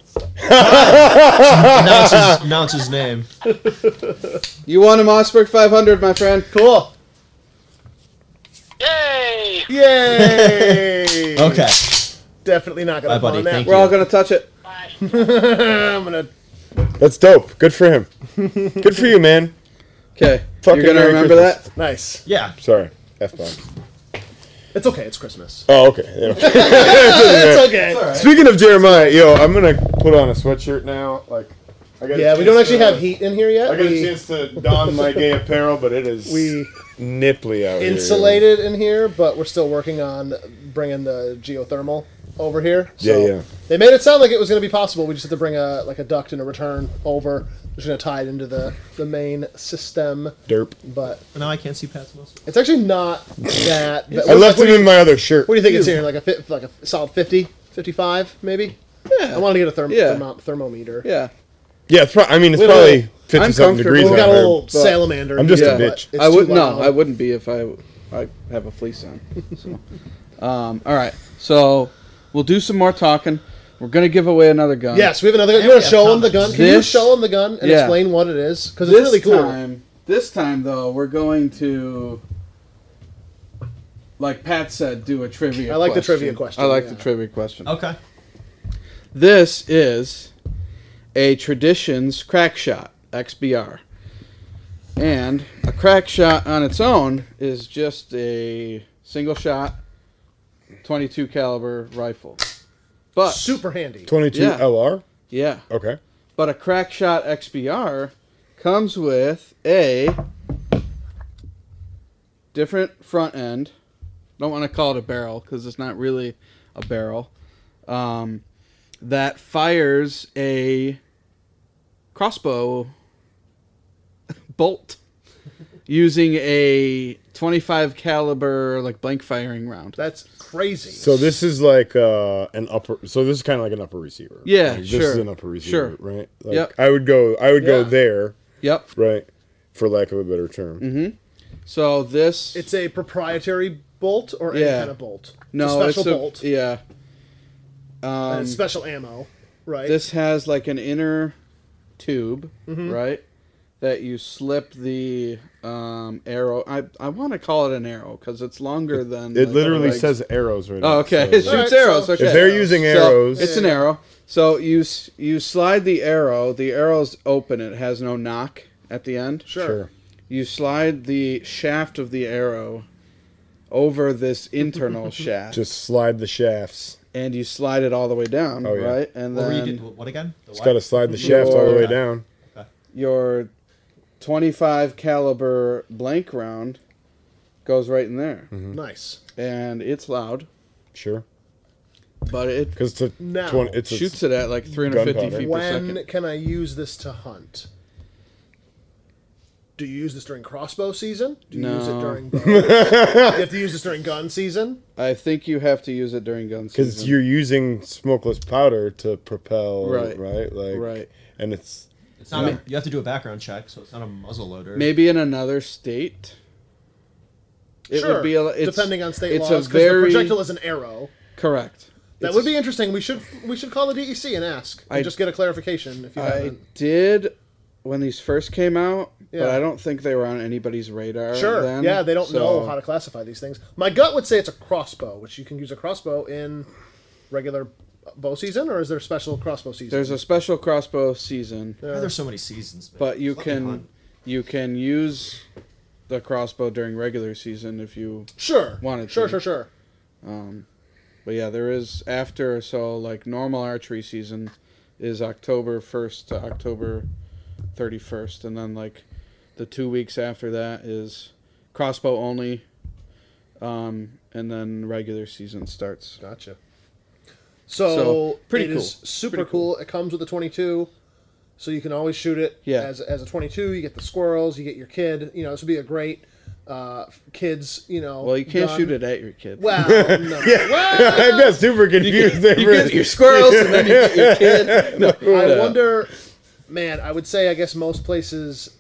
Announce his, announce his name. You won a Mossberg 500, my friend. Cool. Yay! Yay. <laughs> Okay. Definitely not gonna Bye, buddy. pawn that. Thank We're all going to touch it. Bye. <laughs> I'm gonna. That's dope. Good for <laughs> him. Good for you, man. Okay. Fucking You're going to Merry remember Christmas. that? Nice. Yeah. Sorry. F bomb. It's okay. It's Christmas. Oh, okay. Yeah. <laughs> It's okay. Speaking of Jeremiah, yo, I'm gonna put on a sweatshirt now. Like, I got a Yeah, we chance don't actually to- have heat in here I yet. got a We, chance to don <laughs> my gay apparel, but it is we nipply out here. insulated in here, but we're still working on bringing the geothermal over here. Yeah, So yeah. They made it sound like it was going to be possible. We just had to bring a like a duct and a return over. Just going to tie it into the the main system, Derp. but Now I can't see Pat's muscle. it's actually not <laughs> that. bad. I left him in my other shirt. What do you think it's here? Like a fi- like a solid 50, 55 maybe. Yeah. I want to get a therm- Yeah. thermo- thermometer. yeah. Yeah, it's pro- I mean, it's We don't- probably 50 I'm something degrees We've out comfortable. got a there. little uh, But- salamander. I'm in just a here, but bitch. it's I too would no, loud. I wouldn't be if I I have a fleece on. So. um, all right, so we'll do some more talking. We're gonna give away another gun. Yes, we have another. Gun. You we want to have show him the comments. gun? Can you This- show him the gun and Yeah. explain what it is? Because it's This really cool. time, this time though, we're going to, like Pat said, do a trivia. I like the question. trivia question, I like the yeah. trivia question. Okay. This is a traditions crack shot XBR. And a crack shot on its own is just a single shot 22 caliber rifle. But Super handy. 22 Yeah. LR? yeah, Okay. but a crack shot XBR comes with a different front end. Don't want to call it a barrel because it's not really a barrel. Um, that fires a crossbow <laughs> bolt using a 25 caliber like blank firing round. That's crazy. So this is like uh, an upper. So this is kind of like an upper receiver. Yeah, Like, this sure. is an upper receiver, Sure. right? Like, Yep. I would go. I would go Yeah. there, Yep. right? For lack of a better term. Mm-hmm. So this it's a proprietary bolt or any Yeah. kind of bolt. It's no a special it's a, bolt. yeah. and Um, it's special ammo, right? this has like an inner tube, Mm-hmm. right? That you slip the um, arrow. I, I want to call it an arrow because it's longer than. It like, literally the legs. says arrows right Oh, now, okay. <laughs> so- It shoots Alright, so- arrows. okay. If they're using So, arrows, it's an arrow. So you s- you slide the arrow. The arrow's open. It has no knock at the end. sure. sure. You slide the shaft of the arrow over this internal <laughs> shaft, Just slide the shafts. and you slide it all the way down, Oh, yeah. right? And What then were you doing? What again? The It's what? got to slide the shaft all the way down. your 25 caliber blank round goes right in there Mm-hmm. Mm-hmm. Nice. and it's loud Sure. but it Because it's a Now- twen- It's a, shoots it at like 350 Gunpowder. feet per When second can I use this to hunt? Do you use this during crossbow season? Do you use it No. <laughs> during? bow? you have to use this during gun season. i think you have to use it during gun Because season you're using smokeless powder to propel, Right. right? Like, Right. And it's <laughs> It's not. A, you have to do a background check, so it's not a muzzle loader. maybe in another state it sure, would be a, it's, depending on state it's laws. 'cause a very the projectile is an arrow. correct That It's- would be interesting. We should we should call the DEC and ask and I- just get a clarification if you i haven't. did when these first came out but Yeah. i don't think they were on anybody's radar Sure. then, yeah, they don't know so- how to classify these things. My gut would say it's a crossbow, which you can use a crossbow in regular bow season, or is there special crossbow season? there's a special crossbow season Why there's so many seasons. man? But you Let me can hunt. you can use the crossbow during regular season if you sure. wanted Sure, to. sure, sure. but yeah, there is after so like normal archery season is October 1st to October 31st and then like the 2 weeks after that is crossbow only um and then regular season starts. Gotcha. So, So, pretty it is cool. super Pretty cool. cool. It comes with a 22, so you can always shoot it Yeah. as, as a 22. You get the squirrels, you get your kid. You know, this would be a great uh, kids, you know. Well, you can't gun. shoot it at your kid. Well, no. Well, I got super confused there. <laughs> you for a <laughs> get your squirrels and then you get <laughs> your kid. No, I no. wonder, man. I would say, I guess most places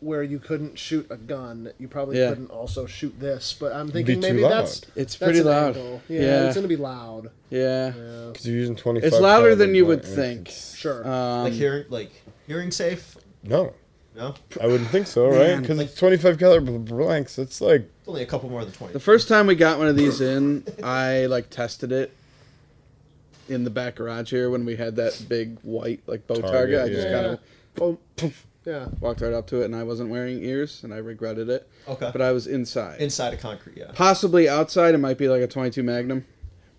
where you couldn't shoot a gun, you probably Yeah. couldn't also shoot this. But I'm thinking too maybe loud. that's It's that's pretty an loud. angle. Yeah, Yeah. it's gonna be loud. Yeah. Because you're using 25. It's louder caliber than you would blank, think. Sure. Um, like hearing like hearing safe. No, No, I wouldn't think so, right? Man, Because like- it's 25 caliber blanks. It's like it's only a couple more than twenty. The first time we got one of these in, I like tested it in the back garage here when we had that big white like bow target. Target, I just yeah. kind of Oh, poof. yeah. walked right up to it, and I wasn't wearing ears, and I regretted it. okay, But I was inside. inside of concrete. Yeah, Possibly outside, it might be like a 22 Magnum.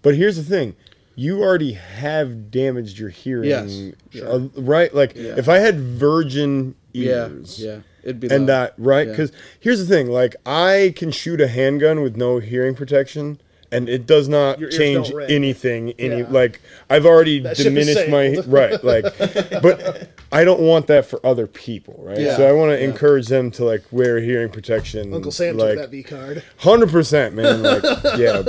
But here's the thing. You already have damaged your hearing. Yes, sure. uh, right? Like, Yeah. if I had virgin ears. Yeah, yeah, it'd be And loud. that, right? Yeah. Because here's the thing. Like, I can shoot a handgun with no hearing protection. and it does not Your ears change don't ring. anything. Any Yeah. like I've already That ship is diminished my sailed. <laughs> right. Like, but I don't want that for other people, right? Yeah. So I want to encourage them to like wear hearing protection. Uncle Sam like, took that V card. Hundred percent, man. Like, yeah,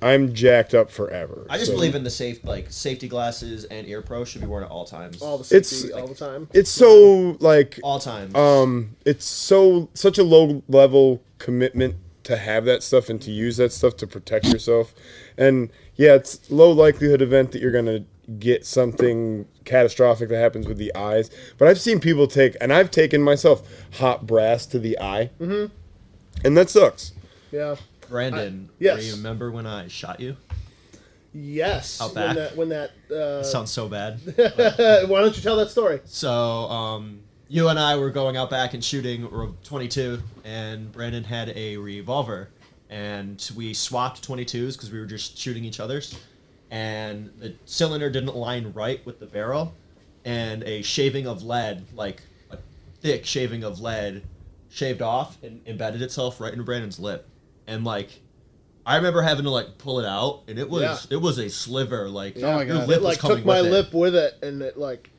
I'm jacked up forever. I just so. believe in the safe, like safety glasses and ear pro should be worn at all times. All the It's- safety, all the time. it's so like all times. Uh, um, it's so such a low level commitment to have that stuff and to use that stuff to protect yourself. And yeah, it's low likelihood event that you're gonna get something catastrophic that happens with the eyes. But I've seen people take, and I've taken myself hot brass to the eye, mm-hmm. and that sucks. Yeah. Brandon, I- yes. remember when I shot you? Yes. Out When back. that. When that. That Uh, sounds so bad. <laughs> <laughs> why don't you tell that story? so, um, you and I were going out back and shooting re- 22, and Brandon had a revolver, and we swapped 22s because we were just shooting each other's, and the cylinder didn't line right with the barrel, and a shaving of lead, like a thick shaving of lead, shaved off and embedded itself right in Brandon's lip, and like. I remember having to like pull it out, and it was Yeah. it was a sliver. Like Oh my your God. lip it was like coming took my with it. lip with it, and it like,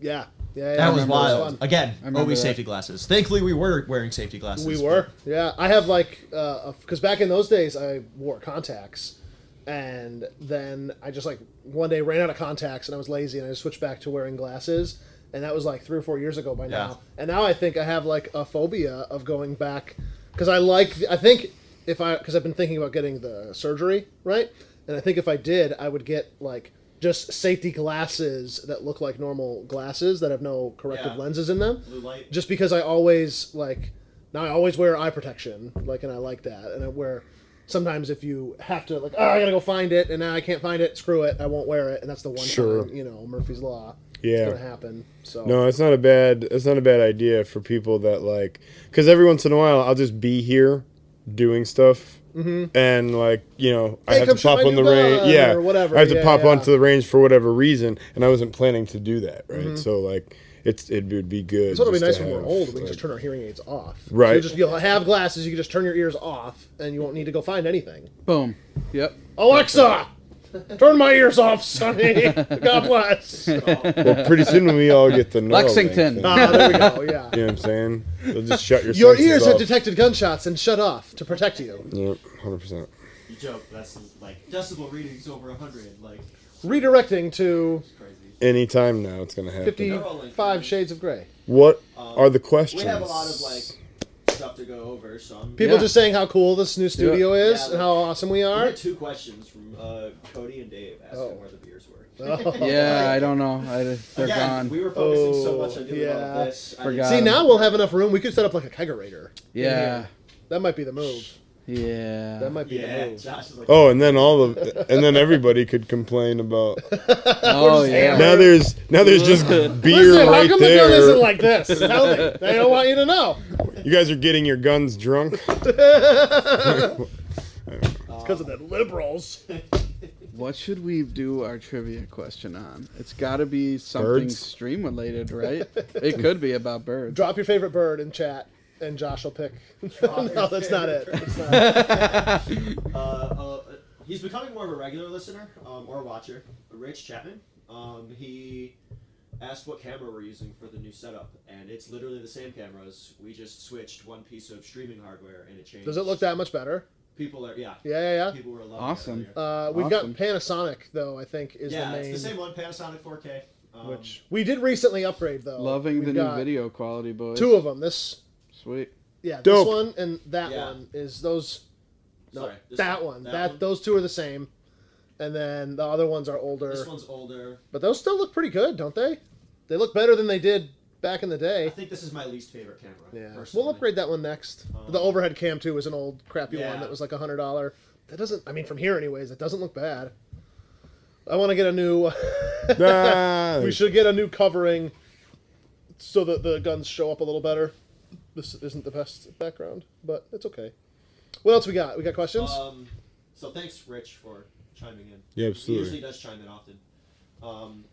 yeah, yeah. yeah, I That was remember it wild. fun. Again, I remember always that. safety glasses. Thankfully, we were wearing safety glasses. We but- were, yeah. I have like, because back in those days, I wore contacts, and then I just like one day ran out of contacts, and I was lazy, and I just switched back to wearing glasses, and that was like three or four years ago by now. And now I think I have like a phobia of going back, because I like, I think if I, because I've been thinking about getting the surgery, right? And I think if I did, I would get like just safety glasses that look like normal glasses that have no corrective Yeah. lenses in them Blue light. just because I always like now I always wear eye protection like and I like that and I wear sometimes if you have to like oh I gotta go find it and now I can't find it screw it I won't wear it and that's the one Sure. time you know Murphy's law Yeah. it's gonna happen so No, it's not a bad it's not a bad idea for people that like because every once in a while I'll just be here doing stuff and like you know Mm-hmm. I Hey, have come to shoot pop my on the new range gun yeah or whatever. I have to Yeah, pop yeah. onto the range for whatever reason and I wasn't planning to do that right so like it's it would be good. so it'll Mm-hmm. be just nice to when we're have, old we can like- just turn our hearing aids off Right. you'll, just, you'll have glasses you can just turn your ears off and you won't need to go find anything Boom. Yep. <laughs> Alexa turn my ears off Sonny God <laughs> bless oh, well, pretty soon when we all <laughs> get the neural link Lexington. thing, Ah, there we go yeah you know what I'm saying? They'll just shut your <laughs> your senses ears off. have detected gunshots and shut off to protect you Yep, hundred percent. You joke. That's like decibel readings over hundred. Like redirecting to crazy. Anytime now, it's gonna happen. 55 Shades of Grey. What are the questions? Um, We have a lot of like stuff to go over, so I'm. People Yeah. just saying how cool this new studio is Yeah, and how awesome we I are. had two questions from uh, Cody and Dave asking Oh. where the beers were. Yeah, I don't know. I, they're Again, gone. we were focusing so Oh, much on doing all yeah. of this. I Forgot. See, Um, now we'll have enough room. We could set up like a kegerator. yeah. That might be the move. Yeah. That might be the yeah, move. Josh is like, <laughs> Oh, and then all of, and then everybody could complain about. oh yeah. Now there's now there's just beer <laughs> Listen, how right come the gun isn't there. like <laughs> this? Tell me. They don't want you to know. you guys are getting your <laughs> guns drunk. Because of the Ah. liberals. What should we do our trivia question on? It's got to be something Birds? <laughs> stream related, right? it could be about birds. Drop your favorite bird in chat, and Josh will <laughs> pick. <laughs> no, that's not it. That's not it. uh, uh, he's becoming more of a regular listener um, or watcher. Rich Chapman. Um, he asked what camera we're using for the new setup, and it's literally the same cameras. We just switched one piece of streaming hardware, and it changed. Does it look that much better? People are yeah. Yeah, yeah, yeah. People were loving Awesome. It earlier. Uh, we've Awesome. got Panasonic though. I think is the yeah, main. it's the same one, Panasonic 4K. Um, which we did recently upgrade though. Loving We've the new got video quality, boys. Two of them. This Sweet. yeah, Dope. this one and that Yeah. one is those. No, Sorry, this that one, one. That, that one. those two are the same, and then the other ones are older. This one's older. But those still look pretty good, don't they? They look better than they did back in the I day. think this is my least favorite camera. Yeah, personally. we'll upgrade that one next. Um, the overhead cam too is an old crappy Yeah. one that was like a hundred dollar. That doesn't. I mean, from here anyways, it doesn't look bad. I want to get a new. <laughs> Ah, We should get a new covering so that the guns show up a little better. This isn't the best background, but it's okay. What else we got? We got questions? Um, so thanks, Rich, for chiming in. Yeah, He usually absolutely. does chime in often. Um,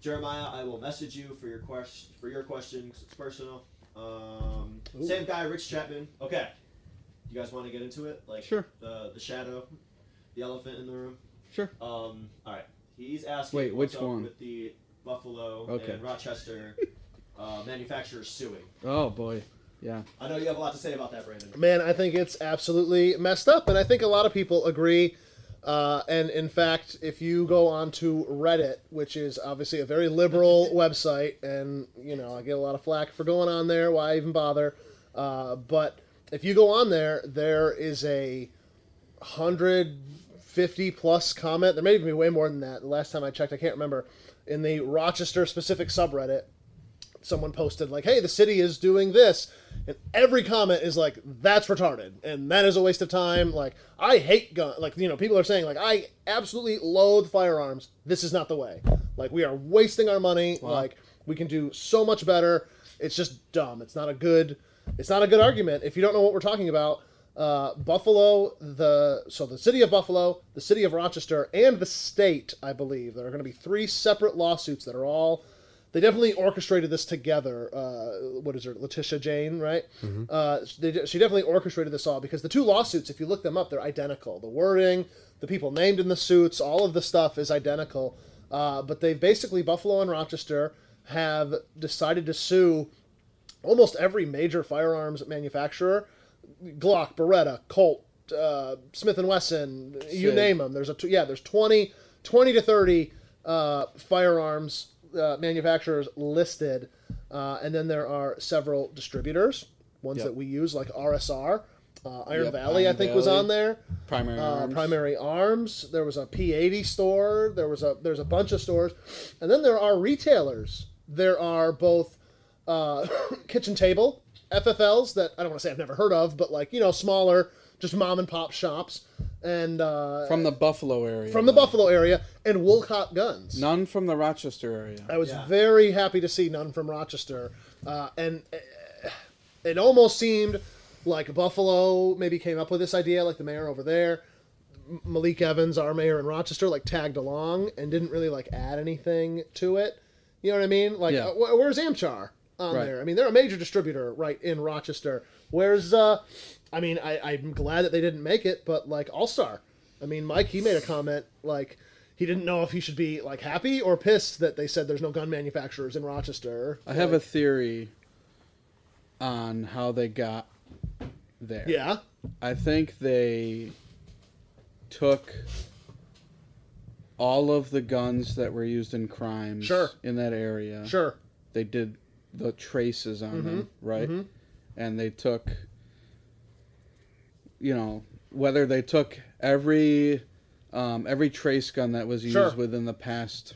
Jeremiah, I will message you for your question for your question 'cause it's personal. Um, Ooh. same guy, Rich Chapman. Okay, you guys want to get into it? Like Sure. The the shadow the elephant in the room? Sure. Um, all right. He's asking. Wait, what's which up one? With the Buffalo Okay. and Rochester uh, manufacturers suing. Oh boy. Yeah. I know you have a lot to say about that, Brandon. Man, I think it's absolutely messed up, and I think a lot of people agree. Uh, and in fact, if you go on to Reddit, which is obviously a very liberal website, and you know I get a lot of flack for going on there. Why even bother? Uh, but if you go on there, there is a hundred fifty plus comment. There may even be way more than that. The last time I checked, I can't remember. In the Rochester specific subreddit, someone posted like, "Hey, the city is doing this," and every comment is like, "That's retarded," and that is a waste of time. Like, I hate gun. Like, you know, people are saying like, "I absolutely loathe firearms. This is not the way." Like, we are wasting our money. Like, we can do so much better. It's just dumb. It's not a good. It's not a good argument if you don't know what we're talking about. Uh, Buffalo, the so the city of Buffalo, the city of Rochester, and the state, I believe, there are going to be three separate lawsuits that are all they definitely orchestrated this together. Uh, what is her, Letitia Jane, right? Uh, they, she definitely orchestrated this all because the two lawsuits, if you look them up, they're identical. The wording, the people named in the suits, all of the stuff is identical. Uh, but they've basically Buffalo and Rochester have decided to sue almost every major firearms manufacturer Glock, Beretta, Colt, uh, Smith and Wesson, you Sig. name them. There's a t- yeah, there's 20, 20 to 30 uh, firearms uh, manufacturers listed. Uh, and then there are several distributors, ones Yep. that we use like RSR, uh, Iron Yep, Valley, Iron I think was Valley. on there. Primary. Uh, arms. primary arms. There was a P80 store. There was a there's a bunch of stores, and then there are retailers. There are both uh, <coughs> kitchen table FFLs that I don't want to say I've never heard of, but like you know smaller, just mom and pop shops, and uh, from the Buffalo area. from the though. Buffalo area and Woolcott Guns. None from the Rochester area. I was Yeah. very happy to see none from Rochester, uh, and uh, it almost seemed like Buffalo maybe came up with this idea, like the mayor over there, M- Malik Evans, our mayor in Rochester, like tagged along and didn't really like add anything to it. You know what I mean? Like, Yeah. uh, wh- where's Amchar on Right. there? I mean, they're a major distributor right in Rochester. Where's uh, I mean, I, I'm glad that they didn't make it, but like All Star. I mean, Mike, he made a comment like he didn't know if he should be like happy or pissed that they said there's no gun manufacturers in Rochester. I have a theory on how they got there. yeah, I think they took all of the guns that were used in crimes Sure. in that area. sure, They did the traces on them, Mm-hmm. right? And they took, you know, whether they took every um, every trace gun that was used Sure. within the past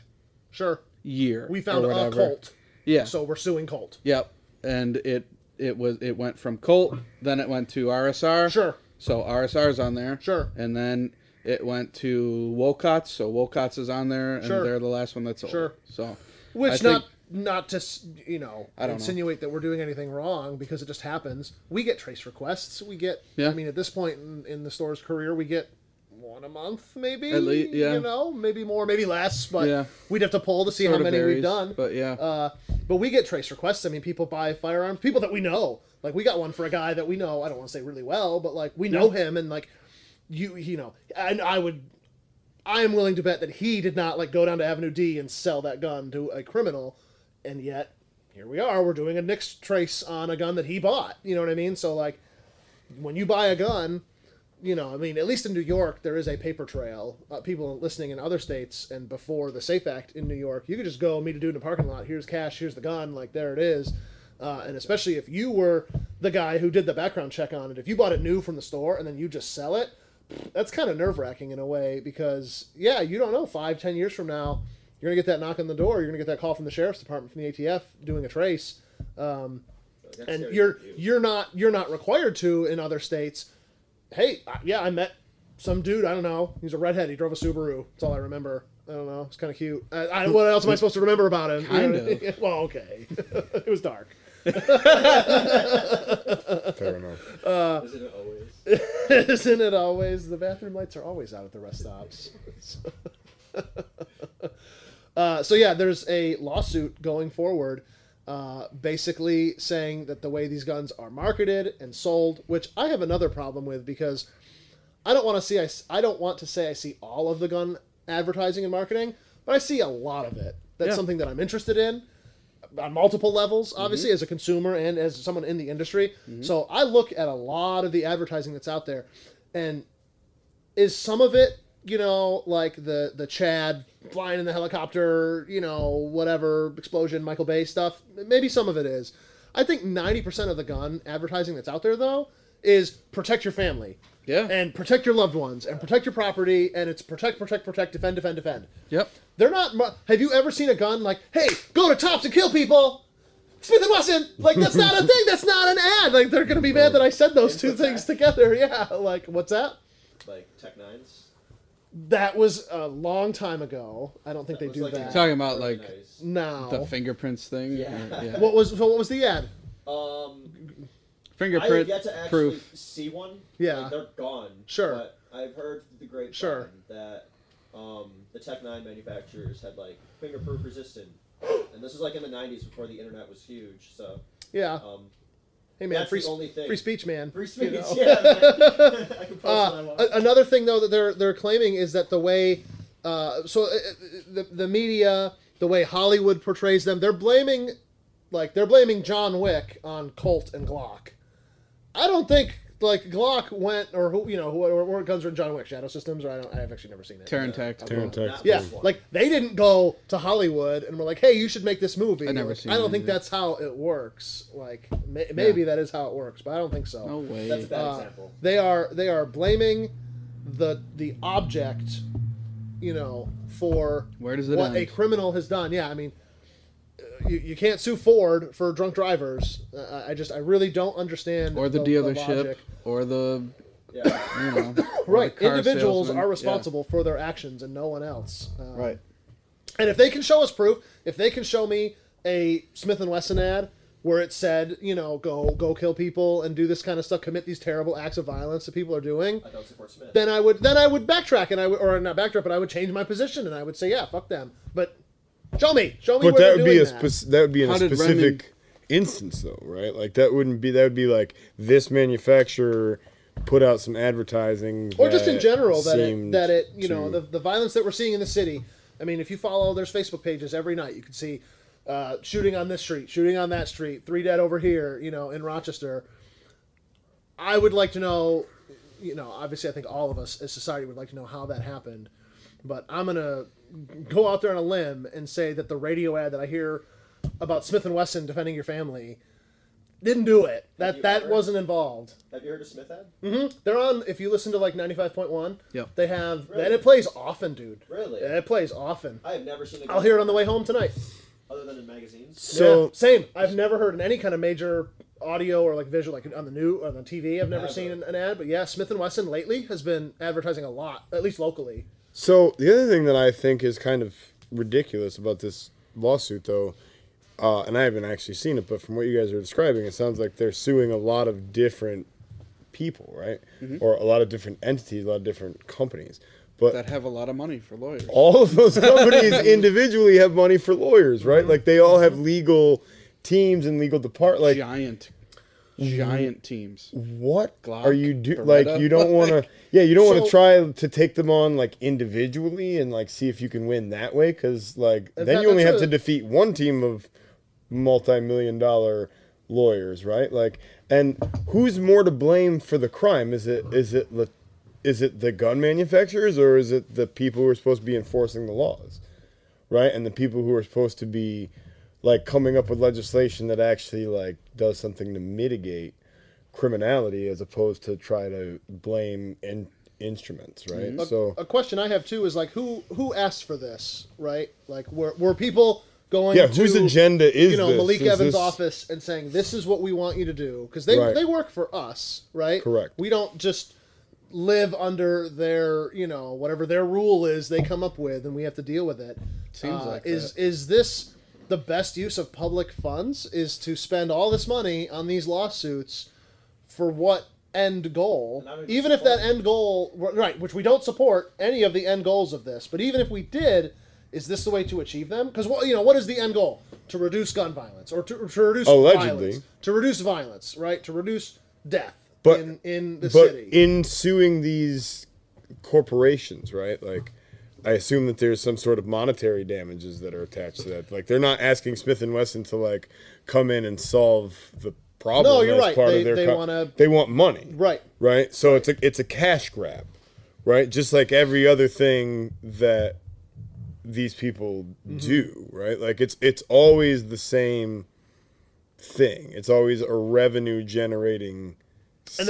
sure. year. We or found a whatever. cult, Yeah. so we're suing cult. Yep. And it it was it went from Colt, then it went to RSR. Sure, So RSR's on there. Sure. And then it went to Wolcott's, so Wolcott's is on there, and Sure. they're the last one that's sold. Sure. So which I think- not not to s- you know I don't know. insinuate that we're doing anything wrong because it just happens. We get trace requests. We get. Yeah. I mean, at this point in, in the store's career, we get one a month, maybe. At lea- yeah. You know, maybe more, maybe less, but Yeah. we'd have to poll to see sort how of many varies, we've done. But yeah. Uh, but we get trace requests. I mean, people buy firearms. People that we know. Like we got one for a guy that we know. I don't want to say really well, but like we know him, and like you, you know, and I would, I am willing to bet that he did not like go down to Avenue D and sell that gun to a criminal, and yet here we are. We're doing a Nix trace on a gun that he bought. You know what I mean? So like, when you buy a gun, you know, I mean, at least in New York, there is a paper trail. Uh, people listening in other states and before the Safe Act in New York, you could just go meet a dude in a parking lot. Here's cash. Here's the gun. Like there it is. Uh, and especially if you were the guy who did the background check on it, if you bought it new from the store and then you just sell it, that's kind of nerve wracking in a way because yeah, you don't know five, ten years from now, you're gonna get that knock on the door. You're gonna get that call from the sheriff's department, from the ATF, doing a trace um, That's and scary you're to do. you're not you're not required to in other states. Hey, I- yeah, I met some dude. I don't know. He's a redhead. He drove a Subaru. That's all I remember. I don't know. It's kind of cute. I, I, what else am I supposed to remember about him? You know <laughs> Kind what I mean? well, okay. <laughs> it was dark. Fair enough. Isn't it always? <laughs> Isn't it always? The bathroom lights are always out at the rest stops. <laughs> uh, so yeah, there's a lawsuit going forward, uh, basically saying that the way these guns are marketed and sold, which I have another problem with because I don't want to see. I, s- I don't want to say I see all of the gun advertising and marketing, but I see a lot of it. That's Yeah. something that I'm interested in on multiple levels, obviously as a consumer and as someone in the industry. So I look at a lot of the advertising that's out there, and is some of it you know like the the chad flying in the helicopter you know whatever explosion michael bay stuff maybe some of it is i think 90% of the gun advertising that's out there though is protect your family Yeah. and protect your loved ones and protect your property and it's protect protect protect defend defend defend Yep. they're not mu- have you ever seen a gun like hey go to tops and kill people smith and wesson like that's not a thing that's not an ad like they're gonna be mad that i said those two things together <laughs> yeah like what's that like Tech Nines. that was a long time ago. I don't think they do that Talking about, like, now. The fingerprints thing. Yeah. what was so? What was the ad? Um, I have Fingerprint yet to actually proof. see one. Yeah. Like, they're gone. Sure. But I've heard through the grapevine Sure. that um, the Tech Nine manufacturers had like fingerproof resistant, and this was like in the '90s before the internet was huge. So, Yeah. um, Hey man, that's free the only thing. free speech, man. Free you speech. know? <laughs> <laughs> Yeah. man. <laughs> I can post what I Uh, want. a- another thing though that they're they're claiming is that the way, uh, so uh, the the media, the way Hollywood portrays them, they're blaming, like they're blaming John Wick on Colt and Glock. I don't think like Glock went or who you know who or, or guns were in John Wick Shadow Systems or I don't I've actually never seen it. Terran Tactical. Terran Not Yeah, this one. like they didn't go to Hollywood and were like, "Hey, you should make this movie." I've never Like, seen I don't it think either. that's how it works. Like may- maybe that is how it works, but I don't think so. Oh, No way. that's a bad Uh, example. They are they are blaming the the object, you know, for Where does it what end? a criminal has done. Yeah, I mean, uh, you, you can't sue Ford for drunk drivers. Uh, I- I just I really don't understand or the, dealership. logic. or the Yeah. you <laughs> know. or Right, the car individuals salesman. are Yeah. responsible for their actions and no one else. Uh, Right. And if they can show us proof, if they can show me a Smith and Wesson ad where it said, you know, go go kill people and do this kind of stuff, commit these terrible acts of violence that people are doing, I don't support Smith. then I would then I would backtrack and I would or not backtrack, but I would change my position and I would say, yeah, fuck them. But show me, show me. where But that they're would be doing a that. spec- that would be in How a did specific Brendan- instance though, right? Like that wouldn't be that would be like this manufacturer put out some advertising or just in that general that it, seemed that it you know to- the, the violence that we're seeing in the city i mean if you follow there's facebook pages every night you can see uh, shooting on this street shooting on that street three dead over here you know in rochester i would like to know you know obviously i think all of us as society would like to know how that happened but i'm gonna go out there on a limb and say that the radio ad that i hear about smith and wesson defending your family didn't do it that you that ever- wasn't involved Have you heard of Smith ad? Hmm. they're on. If you listen to like ninety five point one, Yeah. they have Really? and it plays often, dude. Really? Yeah, it plays often. I have never seen it. I'll hear it on the way home tonight. Other than in magazines. so Yeah, same. I've never heard in any kind of major audio or like visual, like on the new or on the TV. I've never Never. seen an, an ad, but yeah, Smith and Wesson lately has been advertising a lot, at least locally. So the other thing that I think is kind of ridiculous about this lawsuit, though, uh, and I haven't actually seen it, but from what you guys are describing, it sounds like they're suing a lot of different people, right? Or a lot of different entities, a lot of different companies. But that have a lot of money for lawyers. <laughs> all of those companies individually have money for lawyers, right? Like they all have legal teams and legal depart. Like giant, giant teams. what Glock, are you do? Like Beretta, you don't want to. Yeah, you don't want So- to try to take them on like individually and like see if you can win that way because like In then fact, you only that's have a- to defeat one team of multi-million dollar lawyers, right? Like, and who's more to blame for the crime? Is it is it the is it the gun manufacturers or is it the people who are supposed to be enforcing the laws, right? And the people who are supposed to be like coming up with legislation that actually like does something to mitigate criminality as opposed to try to blame in- instruments, right? Mm-hmm. So a question I have too is like, who who asked for this, right? Like, were were people going? yeah, to, whose agenda is you know this? Malik Is Evans' this- office and saying this is what we want you to do because they Right. they work for us, right? Correct. We don't just live under their you know whatever their rule is they come up with and we have to deal with it. Uh, Seems like is that. is this the best use of public funds is to spend all this money on these lawsuits for what end goal And I would even if that support- end goal right which we don't support any of the end goals of this but even if we did is this the way to achieve them because what you know what is the end goal to reduce gun violence or to, to reduce Allegedly. violence, to reduce violence right to reduce death But- in in the but city. in suing these corporations, right? Like, I assume that there's some sort of monetary damages that are attached to that. Like, they're not asking Smith and Wesson to like come in and solve the problem. No, you're as right. Part They- of their they co- wanna- they want money, right. right? So it's a it's a cash grab, right? Just like every other thing that these people Mm-hmm. do, right? Like it's it's always the same thing. It's always a revenue generating scam. And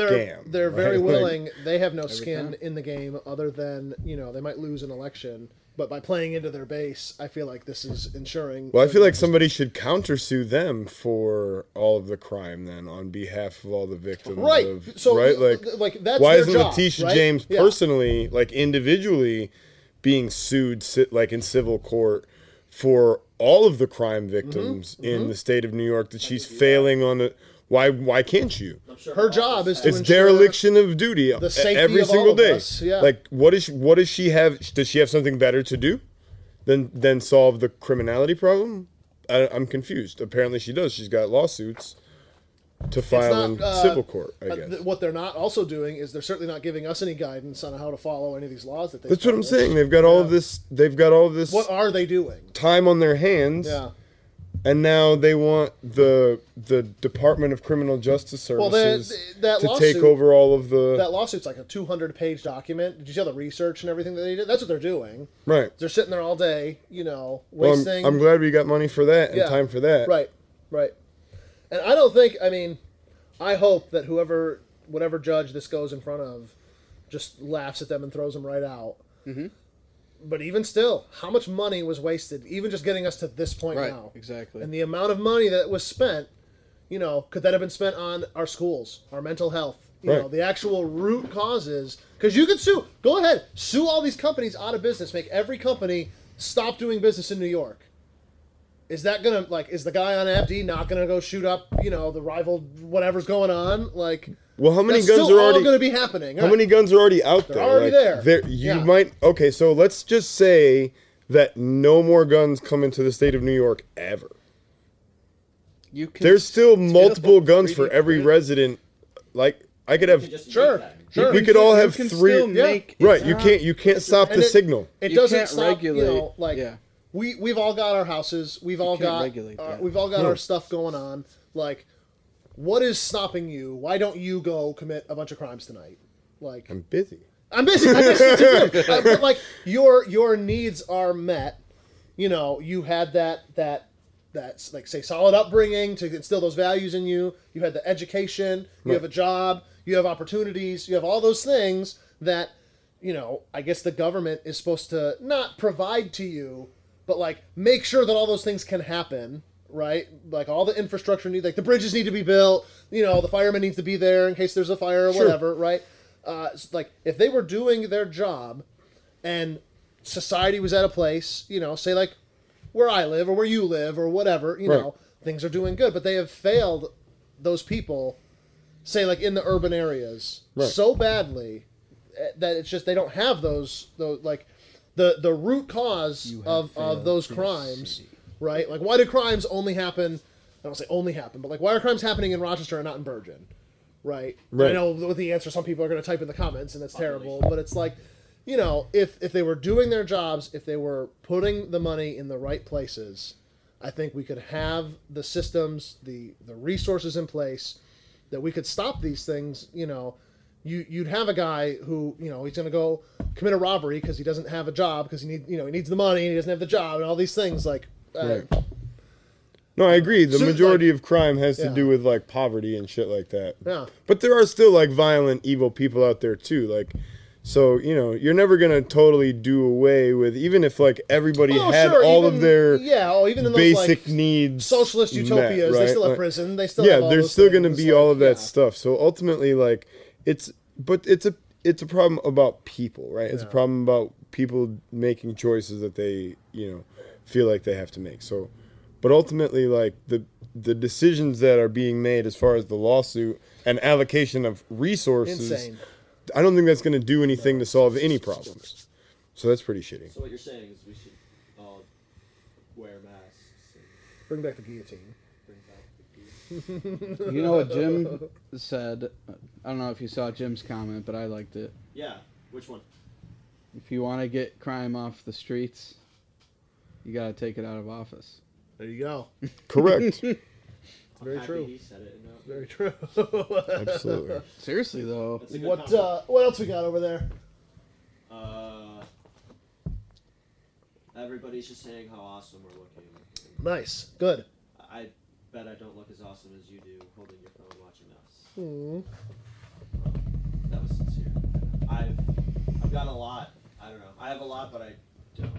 they're they're very right? <laughs> Like, willing. they have no skin in the game other than you know they might lose an election, but by playing into their base, I feel like this is ensuring. well, I feel like somebody should countersue them for all of the crime then on behalf of all the victims. right. Of, so uh, right, like like that's why their isn't job, Letitia right? James Yeah. personally, like individually, being sued ci- like in civil court for all of the Mm-hmm. crime victims in the state of New York that she's failing on the why why can't you? I'm sure Her all job is this- to It's ensure- dereliction of duty e- safety every of all single of day. us, yeah. Like what is she- what does she have? Does she have something better to do than than solve the criminality problem? I, I'm confused. Apparently she does. She's got lawsuits to file not, in uh, civil court. I Uh, guess. th- what they're not also doing is they're certainly not giving us any guidance on how to follow any of these laws that they. That's what I'm publish. saying. They've got all of this. They've got all of this What are they doing? time on their hands, Yeah. and now they want the the Department of Criminal Justice Well, that- Services that to lawsuit- take over all of the That lawsuit's like a 200 page document. Did you see all the research and everything that they did? That's what they're doing. right. They're sitting there all day, you know, Well, I'm- wasting. I'm, glad we got money for that and Yeah. time for that. Right, right. And I don't think, I mean, I hope that whoever, whatever judge this goes in front of, just laughs at them and throws them right out. Mm-hmm. But even still, how much money was wasted, even just getting us to this point Right, now? exactly. And the amount of money that was spent, you know, could that have been spent on our schools, our mental health? You Right. know, the actual root causes. Because you could sue. Go ahead, sue all these companies out of business. Make every company stop doing business in New York is that gonna like is the guy on FD not gonna go shoot up you know the rival whatever's going on like Well, how many that's guns still are already all gonna be happening how many guns are already out there? already there. You Yeah. might okay. So let's just say that no more guns come into the state of New York ever. You can There's still get up multiple on guns for 3D every print. resident. Like I could have You just sure make that. sure we could all You have can three still Yeah. make it right you up. can't you can't stop And the it- signal it You doesn't can't stop you know regulate- like yeah. we we've all got our houses we've all can't got regulate our, that. we've all got Hmm. our stuff going on like what is stopping you why don't you go commit a bunch of crimes tonight like i'm busy I'm busy. I'm <laughs> busy too. Uh, but like your your needs are met. You know, you had that that that's like say solid upbringing to instill those values in you. You had the education. You have a job. You have opportunities. You have all those things that you know. I guess the government is supposed to not provide to you, but like make sure that all those things can happen. Right, like all the infrastructure need, like the bridges need to be built. You know, the fireman needs to be there in case there's a fire or whatever. Right, uh, s- like if they were doing their job and society was at a place you know say like where i live or where you live or whatever you Right. know things are doing good but they have failed those people say like in the urban areas Right. so badly eh, that it's just they don't have those those like the the root cause of of those crimes right like why do crimes only happen i don't say only happen but like why are crimes happening in rochester and not in bergen right? Right. I know with the answer some people are going to type in the comments, and that's terrible. But it's like, you know, if if they were doing their jobs, if they were putting the money in the right places, I think we could have the systems, the the resources in place that we could stop these things. You know, you you'd have a guy who you know he's going to go commit a robbery because he doesn't have a job because he need you know he needs the money and he doesn't have the job and all these things like. Uh, Right. no i agree the So, like- majority of crime has to Yeah. do with like poverty and shit like that Yeah. but there are still like violent evil people out there too like so you know you're never gonna totally do away with even if like everybody Oh, had sure, all even- of their yeah, oh, even in those basic like, needs socialist met, utopias. They right? still have Like- prison. They still yeah Have all there's those still going to things, be like, all of that yeah. stuff so ultimately like it's but it's a it's a problem about people right it's a problem about people making choices that they you know feel like they have to make so but ultimately like the the decisions that are being made as far as the lawsuit and allocation of resources Insane. i don't think that's going to do anything to solve any problems so that's pretty shitty So what you're saying is we should all wear masks and Bring back the guillotine. bring back the key. You know what Jim said? I don't know if you saw Jim's comment, but I liked it. Yeah. Which one? If you want to get crime off the streets, you got to take it out of office. There you go. Correct. Very Happy true. He said it. and, uh, Very true. Absolutely. Seriously, though, that's a <laughs> good What comment. uh, what else we got over there? Uh, everybody's just saying how awesome we're looking. Nice. Good. I bet I don't look as awesome as you do holding your phone watching us. Mm. That was sincere. I've I've got a lot. I don't know. I have a lot, but I don't.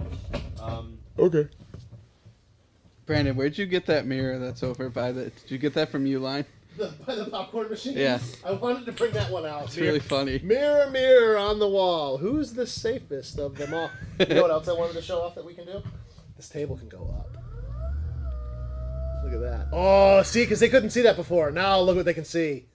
Um, Okay. Brandon, where'd you get that mirror that's over by the? Did you get that from Uline? The, <laughs> by the popcorn machine. Yeah. I wanted to bring that one out. It's really funny. Mirror, mirror on the wall, who's the safest of them all? You know what else I wanted to show off that we can do? This table can go up. Look at that. Oh, see, because they couldn't see that before. Now look what they can see.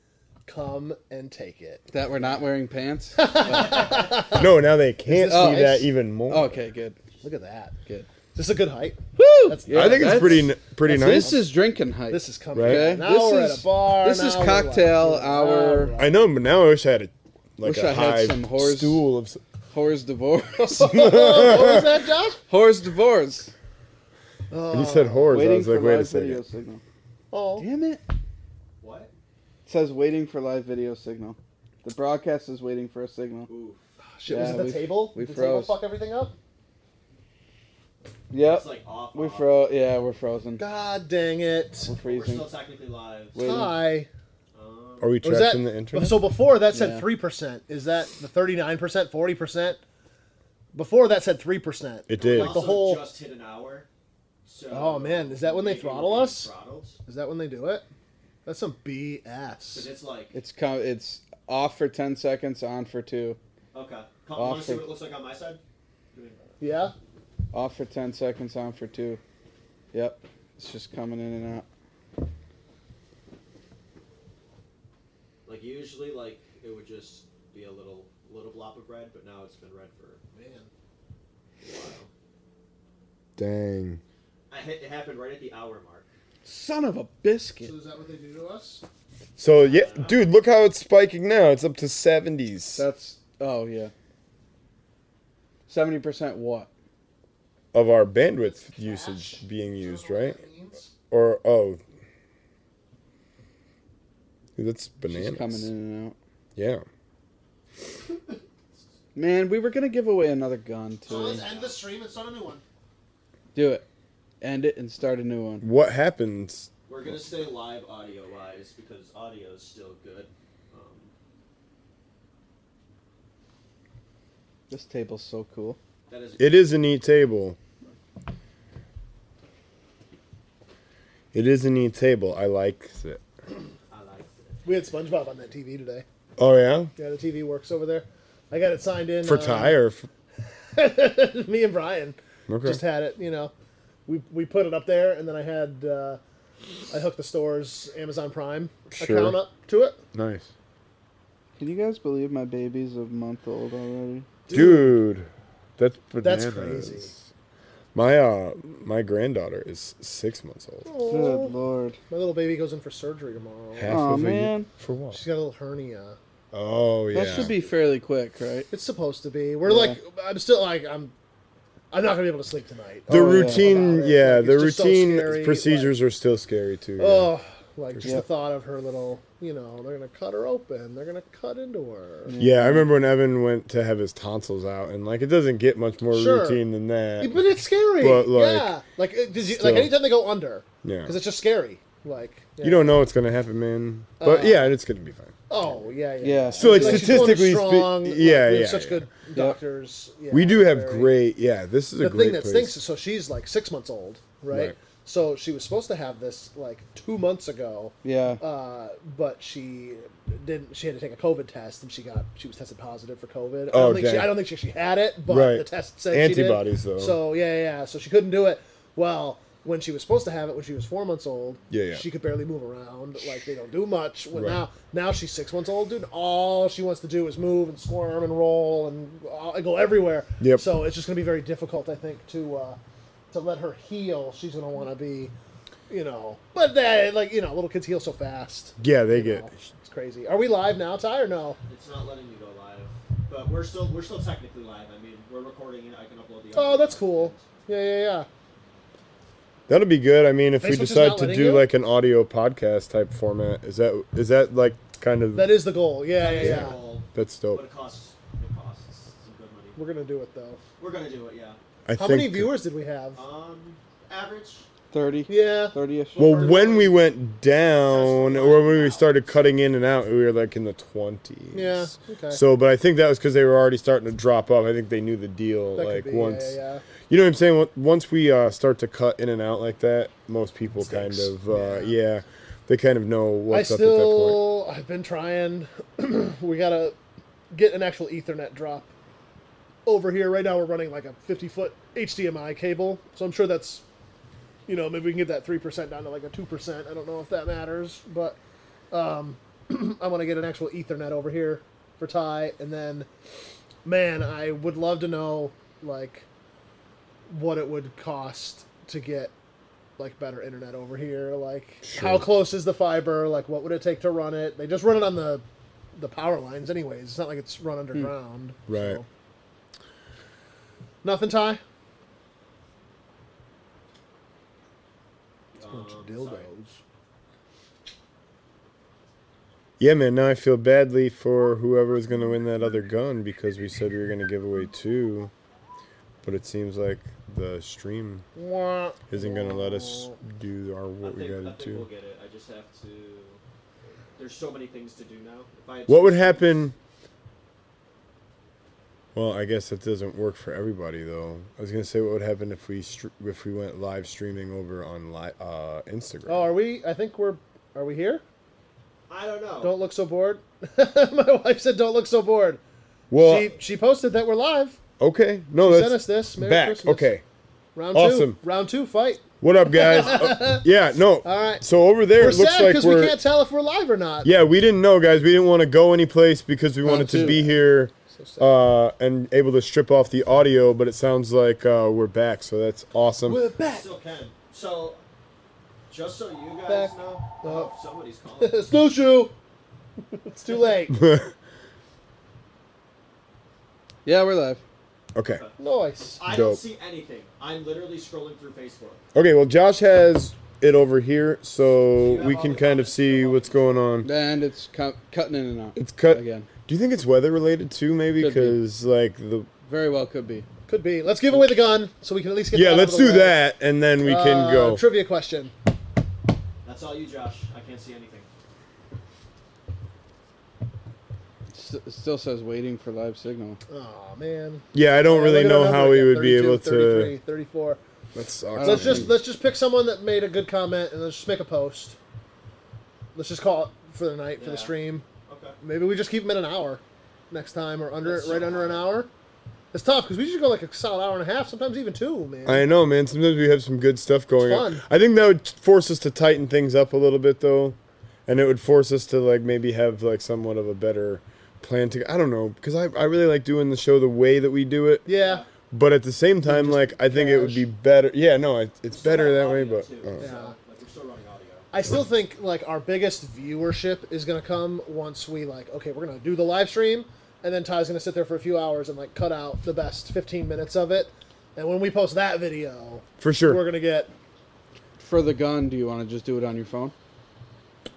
Come and take it. That we're not wearing pants. Oh, No, now they can't Is this see nice? that even more. Okay, good. Look at that. Good. Is this a good height? Woo! That's- I think it's pretty n- pretty nice. This is drinking height. This is coming. Right. Okay, Now this we're is- at a bar. this is now we're like- cocktail Now hour. we're- I know, but now I wish I had a like Wish a I had high some horse- stool of. s- Whore's divorce. <laughs> Oh, what was <laughs> that, Josh? Whore's divorce. When Uh, you said horse, I was like, wait a second. video signal. Oh, Damn it. what? It says waiting for live video signal. The broadcast is waiting for a signal. Ooh, shit, was Yeah, it the we- table? we Did the table froze. fuck everything up? Yep. it's like off. We off. froze. Yeah, we're frozen. God dang it. We're We're freezing. still technically live. Wait. Hi. Um, Are we Was that, tracking the internet? So before that Yeah. said three percent. Is that the thirty nine percent, forty percent? Before that said three percent. it we did. Like the also whole- Just hit an hour. So Oh, man, is that when they maybe we're throttle being us? Throttled, Is that when they do it? That's some but BS. it's like It's co- It's off for ten seconds, on for two. okay. Come, want to see Awesome. what it looks like on my side? Yeah. Off for ten seconds, on for two. Yep. It's just coming in and out. Like usually, like it would just be a little little blob of red, but now it's been red for Man. a while. Dang. I hit, it happened right at the hour mark. Son of a biscuit. is that what they do to us? So yeah, dude, look how it's spiking now. It's up to seventies. That's. Oh yeah. Seventy percent what? of our bandwidth usage being used, right? Or oh, Dude, that's It's bananas. just coming in and out. Yeah, Man, we were gonna give away another gun too. end the stream and start a new one. Do it. End it and start a new one. what happens? We're gonna stay live audio wise because audio is still good. Um, This table's so cool. that is. It is a neat table. It is a neat table. I like it. I like it. We had SpongeBob on that TV today. Oh yeah, Yeah, the TV works over there. I got it signed in for um, Ty or f <laughs> me and Brian okay. just had it. You know, we we put it up there, and then I had uh, I hooked the store's Amazon Prime Sure. account up to it. nice, Can you guys believe my baby's a month old already? dude. that's bananas. That's crazy. My uh, my granddaughter is six months old. Oh. Good lord. My little baby goes in for surgery tomorrow. Half Aw, of a year- man. For what? She's got a little hernia. Oh yeah. That should be fairly quick, right? It's supposed to be. We're Yeah. like, I'm still like, I'm, I'm not gonna be able to sleep tonight. The Oh, yeah. routine, About it. yeah, Like, the it's just so routine scary, procedures are still scary too. yeah. Oh, like just Yeah. the thought of her little, you know, they're gonna cut her open. They're gonna cut into her. yeah, I remember when Evan went to have his tonsils out, and like it doesn't get much more Sure. routine than that. But it's scary. But, like, yeah, like it- did you, still. like anytime they go under, yeah, because it's just scary. Like yeah. you don't know what's gonna happen, man. But Uh, yeah, it's gonna be fine. Oh yeah, yeah. Yeah. So like, Like, she's going statistically, spe- strong. like, yeah, we have yeah, Such yeah. good doctors. Yeah, we do have very- great. Yeah, this is a the great thing that place. stinks is so she's like six months old, right? Right. So she was supposed to have this like two months ago, Yeah. uh, but she didn't. She had to take a COVID test, and she got she was tested positive for COVID. I Oh, don't think she, dang. I don't think she actually had it, but Right. the test said Antibodies, she did. though. So yeah, yeah, yeah. So she couldn't do it. Well, when she was supposed to have it, when she was four months old, Yeah, yeah. she could barely move around. Like they don't do much. Well, Right. now now she's six months old, dude. All she wants to do is move and squirm and roll and uh, go everywhere. Yep. So it's just going to be very difficult, I think, to uh, to let her heal. She's going to want to be you know. But that, like, you know, little kids heal so fast. Yeah, they You know, get. it's crazy. Are we live now, Ty, or no? It's not letting me go live, but we're still we're still technically live. I mean, we're recording it. I can upload the. Oh, audio. that's cool. Yeah, yeah, yeah. That'll be good. I mean, if we Facebook's just decide not to letting do you? like an audio podcast type format, is that is that like kind of That is the goal. Yeah, yeah, It's yeah. all- that's But dope? it costs. It costs some good money. We're gonna do it though. We're gonna do it, yeah. I How think, many viewers did we have? Um, average. 30. Yeah. 30 ish. Well, when we went down, or when we started cutting in and out, we were like in the twenties. Yeah, okay. So, but I think that was because they were already starting to drop off. I think they knew the deal. That like could be, once, Yeah, yeah. you know what I'm saying. Once- Once we uh, start to cut in and out like that, most people kind Stinks. of, uh, yeah. they kind of know what's I up at that point. still, I've been trying. <clears throat> we gotta get an actual Ethernet drop over here. Right now, we're running like a 50 foot HDMI cable, so I'm sure that's, you know, maybe we can get that three percent down to like a two percent. I don't know if that matters, but um, I want to get an actual Ethernet over here for Ty, and then, man, I would love to know like what it would cost to get like better internet over here like how close is the fiber like what would it take to run it they just run it on the the power lines anyways it's not like it's run underground Hmm. Right. so. nothing ty Um, sorry. Yeah, man. Now I feel badly for whoever was going to win that other gun because we said we were going to give away two, but it seems like the stream Wah. isn't going to let us do our I what we think, I got think to do. we'll get it. I just have to. There's so many things to do now. If I had What would to- happen? Well, I guess that doesn't work for everybody though. I was gonna say what would happen if we str- if we went live streaming over on li- uh, Instagram. oh are we i think we're are we here I don't know. don't look so bored <laughs> my wife said don't look so bored well, she she posted that we're live okay, no, she that's sent us this Merry back. Christmas. Okay, round Awesome. two round two fight what up, <laughs> guys? Uh, yeah, no. All right. So over there, we're it looks sad like because we're we can't tell if we're live or not <laughs> yeah. We didn't know, guys. We didn't want to go any place because Oh, we wanted to two. be here uh, and able to strip off the audio. But it sounds like uh, we're back, so that's awesome. we're back <laughs> Still can. So, just so you guys Back. know, Oh. oh, somebody's calling. snowshoe <laughs> it's too <laughs> late Yeah, we're live. okay. Nice. I don't Dope. see anything. I'm literally scrolling through Facebook. Okay, well, Josh has it over here, so You have we all can the kind of comments. see what's going on. And it's cut, cutting in and out. It's cut. Again. Do you think it's weather related too? Maybe Could be. because like the Very well could be. Could be. Let's give away the gun so we can at least get. yeah, that out let's of the do way. that, and then we Uh, can go. Trivia question. That's all you, Josh. I can't see anything. S- it still says waiting for live signal. Oh man. yeah, I don't Oh, really know how we would be able to. Thirty-four. That I sucks. Let's don't just think- let's just pick someone that made a good comment and let's just make a post. Let's just call it for the night for Yeah. the stream. Okay. Maybe we just keep them at an hour next time or under That's right so under an hour. It's tough because we usually go like a solid hour and a half, sometimes even two, man. I know, man. Sometimes we have some good stuff going on. fun. I think that would force us to tighten things up a little bit, though, and it would force us to like maybe have like somewhat of a better plan to. I don't know because I I really like doing the show the way that we do it. yeah. But at the same time, like I think it would be better. Yeah, no, it, it's better that way. But yeah. uh, Yeah. like, we're still running audio. I still think like our biggest viewership is gonna come once we like okay we're gonna do the live stream and then Ty's gonna sit there for a few hours and like cut out the best 15 minutes of it and when we post that video for sure, we're gonna get For the gun, do you want to just do it on your phone?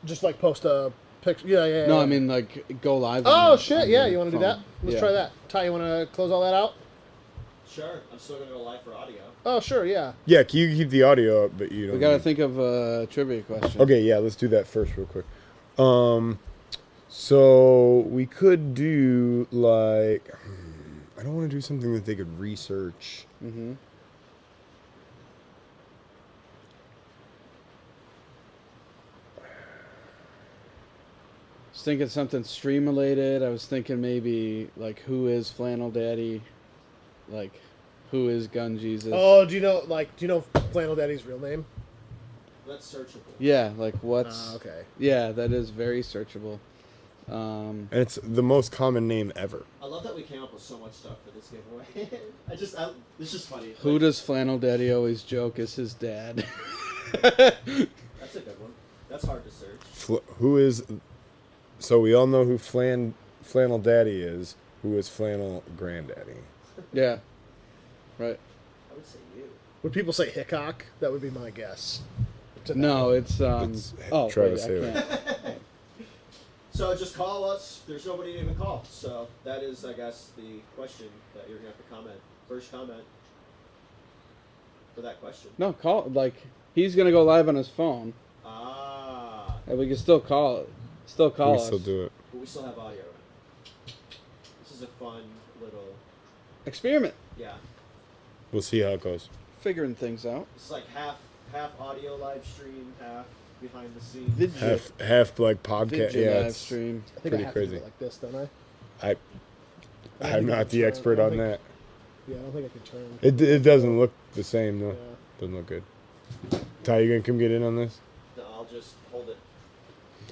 just like post a picture yeah yeah, yeah No, yeah. I mean like go live. on Uh, oh your- shit on yeah your you want to do Um, phone. that let's Yeah. try that Ty you want to close all that out Sure. I'm still gonna go live for audio. oh sure yeah yeah. Can you keep the audio up? But you don't. We gotta need- think of a trivia question. Okay, yeah. Let's do that first, real quick. Um, so we could do like hmm, I don't want to do something that they could research. Mm-hmm. was thinking something stream related. I was thinking maybe like who is Flannel Daddy, like who is Gun Jesus. oh do you know like do you know Flannel Daddy's real name That's searchable. Yeah, like what's? Ah, okay Yeah, that is very searchable. Um, And it's the most common name ever. I love that we came up with so much stuff for this <laughs> giveaway. I just, I, this is funny. who Like, does Flannel Daddy always joke is his dad? <laughs> That's a good one. That's hard to search. Fl- who is? So we all know who Flan Flannel Daddy is. Who is Flannel Granddaddy? Yeah. Right. I would say you. Would people say Hickok? That would be my guess. To that. No, it's um. It's oh, Travis wait, I Haley. can't. So just call us. There's nobody to even call. So that is, I guess, the question that you're gonna have to comment. First comment for that question. No, call like he's gonna go live on his phone, Ah, and we can still call it. Still call We us. still do it. but we still have audio. This is a fun little, Experiment, yeah. We'll see how it goes. figuring things out. It's like half half audio live stream, half behind the scenes. Did you Half half like podcast. did Yeah, you live it's- stream? I think pretty I have to crazy. do it like this, don't I? I I I'm think not it's, the uh, expert I on think- that. Yeah, I don't think I can turn. It it doesn't look the same though. Yeah. Doesn't look good. Ty, you gonna come get in on this? No, I'll just hold it.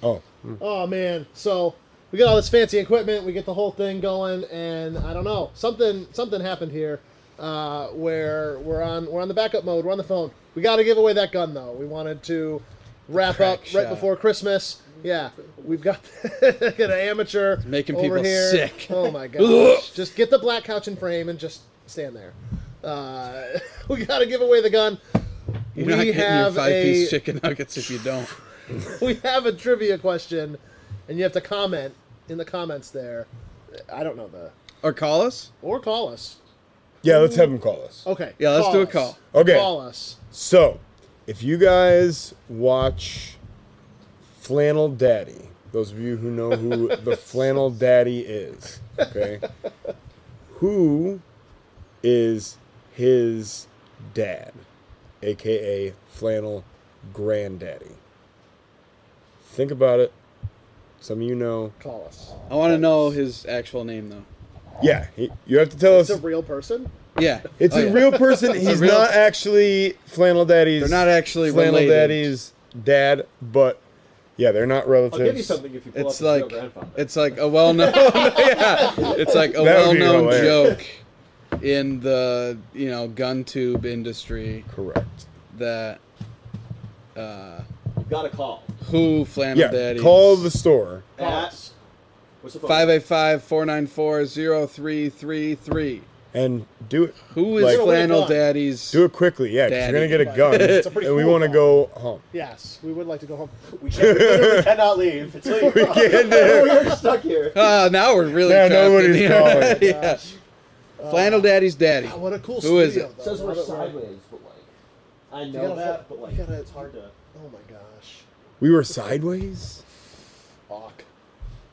Oh, hmm. Oh man, so we got all this fancy equipment, we get the whole thing going, and I don't know, something something happened here, uh, where we're on we're on the backup mode, we're on the phone. We got to give away that gun though. We wanted to wrap Crack up right shot. before Christmas. Yeah, we've got <laughs> got an amateur making over people here. sick. Oh <laughs> my gosh! just get the black couch in frame and just stand there. Uh, <laughs> we got to give away the gun. You're we not getting your have five a piece chicken nuggets if you don't. <laughs> we have a trivia question, and you have to comment in the comments there. I don't know the Or call us. or call us. yeah. Let's have him call us. Okay. Yeah, let's do a us. call. Okay. Call us. So, if you guys watch Flannel Daddy, those of you who know who the Flannel Daddy is, okay, who is his dad, aka Flannel Granddaddy? Think about it. Some of you know. Call us. I want to know his actual name though. Yeah, he, you have to tell It's us. a real person. Yeah. It's Oh, a yeah. real person. He's real- not actually Flannel Daddy's. They're not actually Flannel related. Daddy's dad, but yeah, they're not relatives. I'll give you something if you pull It's up like the real grandfather. it's like a well known <laughs> yeah. It's like a That well would be known hilarious. joke in the you know gun tube industry Correct. that uh, You've got to call. who flannel Yeah, daddy call the store. Call us. What's the phone? 585-494-0333. and do it. Who is Like- Flannel Wait, what? Daddy's? Do it quickly, yeah. Because you're Daddy. gonna get a gun, It's a pretty and we cool want to gun. go home. Yes, we would like to go home. <laughs> We, can't, <laughs> we <laughs> literally cannot leave. <laughs> It's late. we <laughs> Get in there. are stuck here. Ah, now we're really Yeah, trapped in nobody's here. calling. <laughs> yeah. Flannel Daddy's daddy. Oh, what a cool Who studio. is it? though. says we're What a- sideways, but like I know gotta- that, but like you gotta- it's hard to. Oh my gosh. We were sideways. Awk.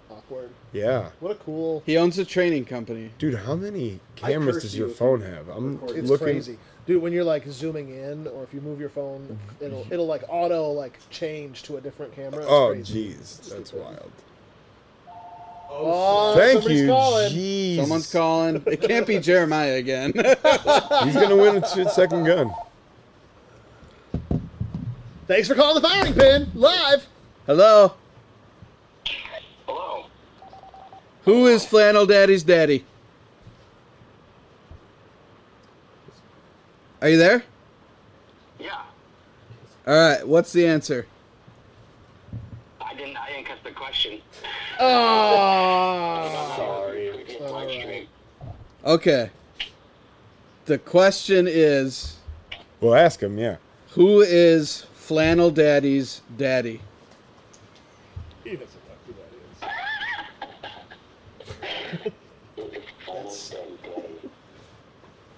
Awkward. Yeah, What a cool. He owns a training company. dude. How many I cameras curse does you your if phone have? I'm record. It's looking. crazy, dude. When you're like zooming in, or if you move your phone, Mm-hmm. it'll it'll like auto like change to a different camera. It's Oh, crazy. jeez, that's wild. Oh, Thank somebody's you. calling. Jeez. Someone's calling. It can't <laughs> be Jeremiah again. <laughs> He's gonna win a t- second gun. Thanks for calling the firing pin live. Hello. Hello. Who is Flannel Daddy's daddy? Are you there? Yeah. All right. What's the answer? I didn't. I didn't catch the question. Oh, Sorry. Okay. The question is. We'll ask him. Yeah. Who is Flannel Daddy's daddy?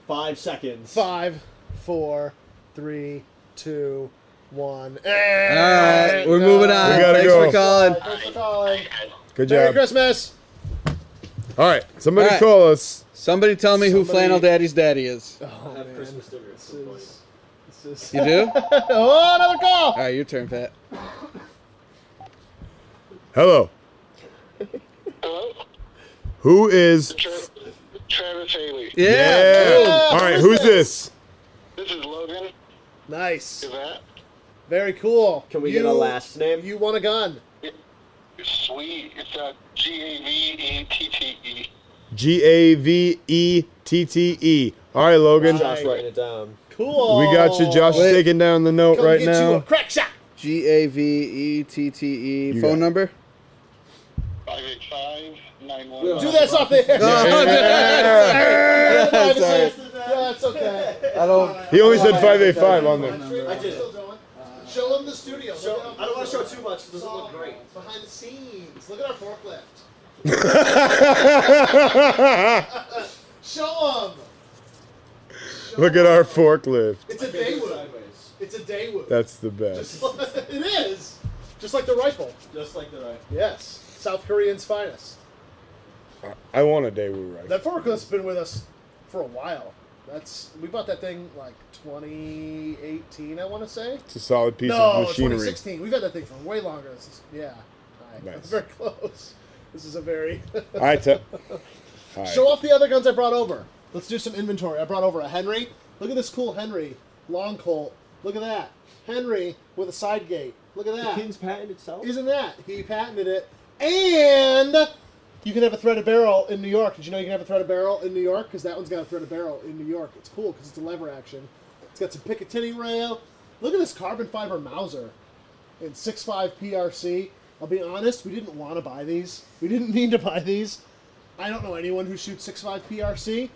Five seconds. five, four, three, two, one. All right, we're moving on. We gotta Thanks go. for calling. Thanks for calling. Good Merry job. Christmas. All right, somebody All right. call us. Somebody tell me who Somebody- Flannel Daddy's daddy <laughs> is. I have Christmas dinner. It's so funny. This is- You do? All oh, another call. right, your turn, Pat. Hello. Hello. Who is? Tra- Travis Haley. Yeah. Yeah. All right. Who's this? This is Logan. Nice. Is that Very cool. Can we You- get a last name? You want a gun? sweet? It's a G A V E T T E. G A V E T T E. All right, Logan. Wow. Josh writing it down. Cool. We got you, Josh, Wait. taking down the note Come right get now. you a crack shot. G A V E T T E. You got Phone it. number? 585 Do that's off the air. Yeah. Sorry. Sorry. That's okay. I don't. He only said 585 on there. I did. Show him the studio. Show, I don't want to show too much. 'cause It doesn't look great. Behind the scenes. Look at our forklift. Show him. Look at our forklift. It's a Maybe Daewoo. sideways, It's a Daewoo. That's the best. Just- <laughs> it is. Just like the rifle. just like the right. Yes. South Korean's finest. I want a Daewoo rifle. That forklift's been with us for a while. That's we bought that thing like 2018, I want to say. It's a solid piece no, of machinery. 2016. We've had that thing for way longer. This is, yeah, All right. Nice. That's very <laughs> close. This is a very. <laughs> I te- All right. Show off the other guns I brought over. Let's do some inventory. I brought over a Henry. Look at this cool Henry long Colt. Look at that Henry with a side gate. Look at that. King's patent itself. Isn't that he patented it? And you can have a threaded barrel in New York. Did you know you can have a threaded barrel in New York? Because that one's got a threaded barrel in New York. It's cool because it's a lever action. It's got some Picatinny rail. Look at this carbon fiber Mauser in 6.5 PRC. I'll be honest, we didn't want to buy these. We didn't <laughs> mean to buy these. I don't know anyone who shoots 6.5 PRC.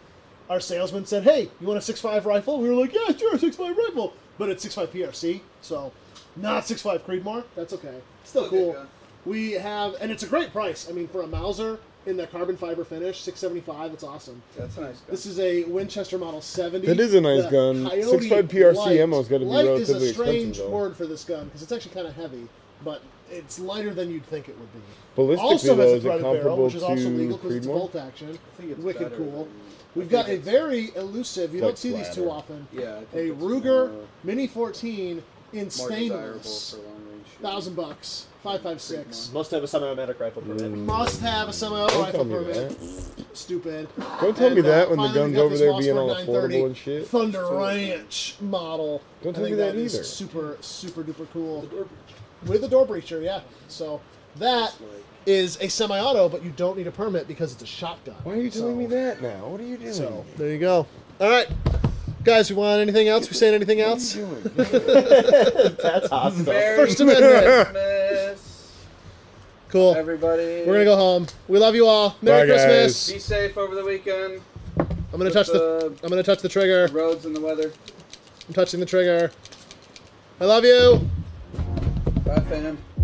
Our salesman said, "Hey, you want a 6.5 rifle?" We were like, "Yeah, sure, 6.5 rifle," but it's 6.5 PRC, so not 6.5 Creedmoor. That's okay. Still Still good cool. gun. We have, and it's a great price. I mean, for a Mauser in the carbon fiber finish, 6.75, it's awesome. That's a nice guy. This is a Winchester Model 70. That is a nice The gun. Coyote 6.5 PRC Light. ammo's gotta be Light relatively is a strange expensive, though. word for this gun because it's actually kind of heavy, but it's lighter than you'd think it would be. Ballistically, also though, has a is it threaded barrel, comparable which is also to legal because it's a Creedmoor? bolt action. think it's Wicked better cool. than- I We've think got a it's- very elusive. You like don't see these too flatter. often. Yeah, I think A it's Ruger more- Mini 14 in More stainless, desirable for long range. shooting. thousand bucks, five five six. Must have a semi-automatic rifle permit. Must have a semi-auto Don't rifle tell me permit. that. Stupid. Don't tell me And, uh, that when finally the we gun's got over this there Mossberg being all 930 affordable and shit. Thunder Ranch model. Don't I tell think me that is either. Super, super duper cool. With a door breacher, yeah. So that is a semi-auto, but you don't need a permit because it's a shotgun. Why are you telling So- me that now? What are you doing? So there you go. All right, guys. We want anything else? We saying anything else? That's awesome. Merry First Amendment. Christmas, Cool. We're everybody. gonna go home. We love you all. Merry Bye, guys. Christmas. Be safe over the weekend. I'm gonna touch the. I'm gonna touch the trigger. Roads and the weather. I'm touching the trigger. I love you. Bye, fam.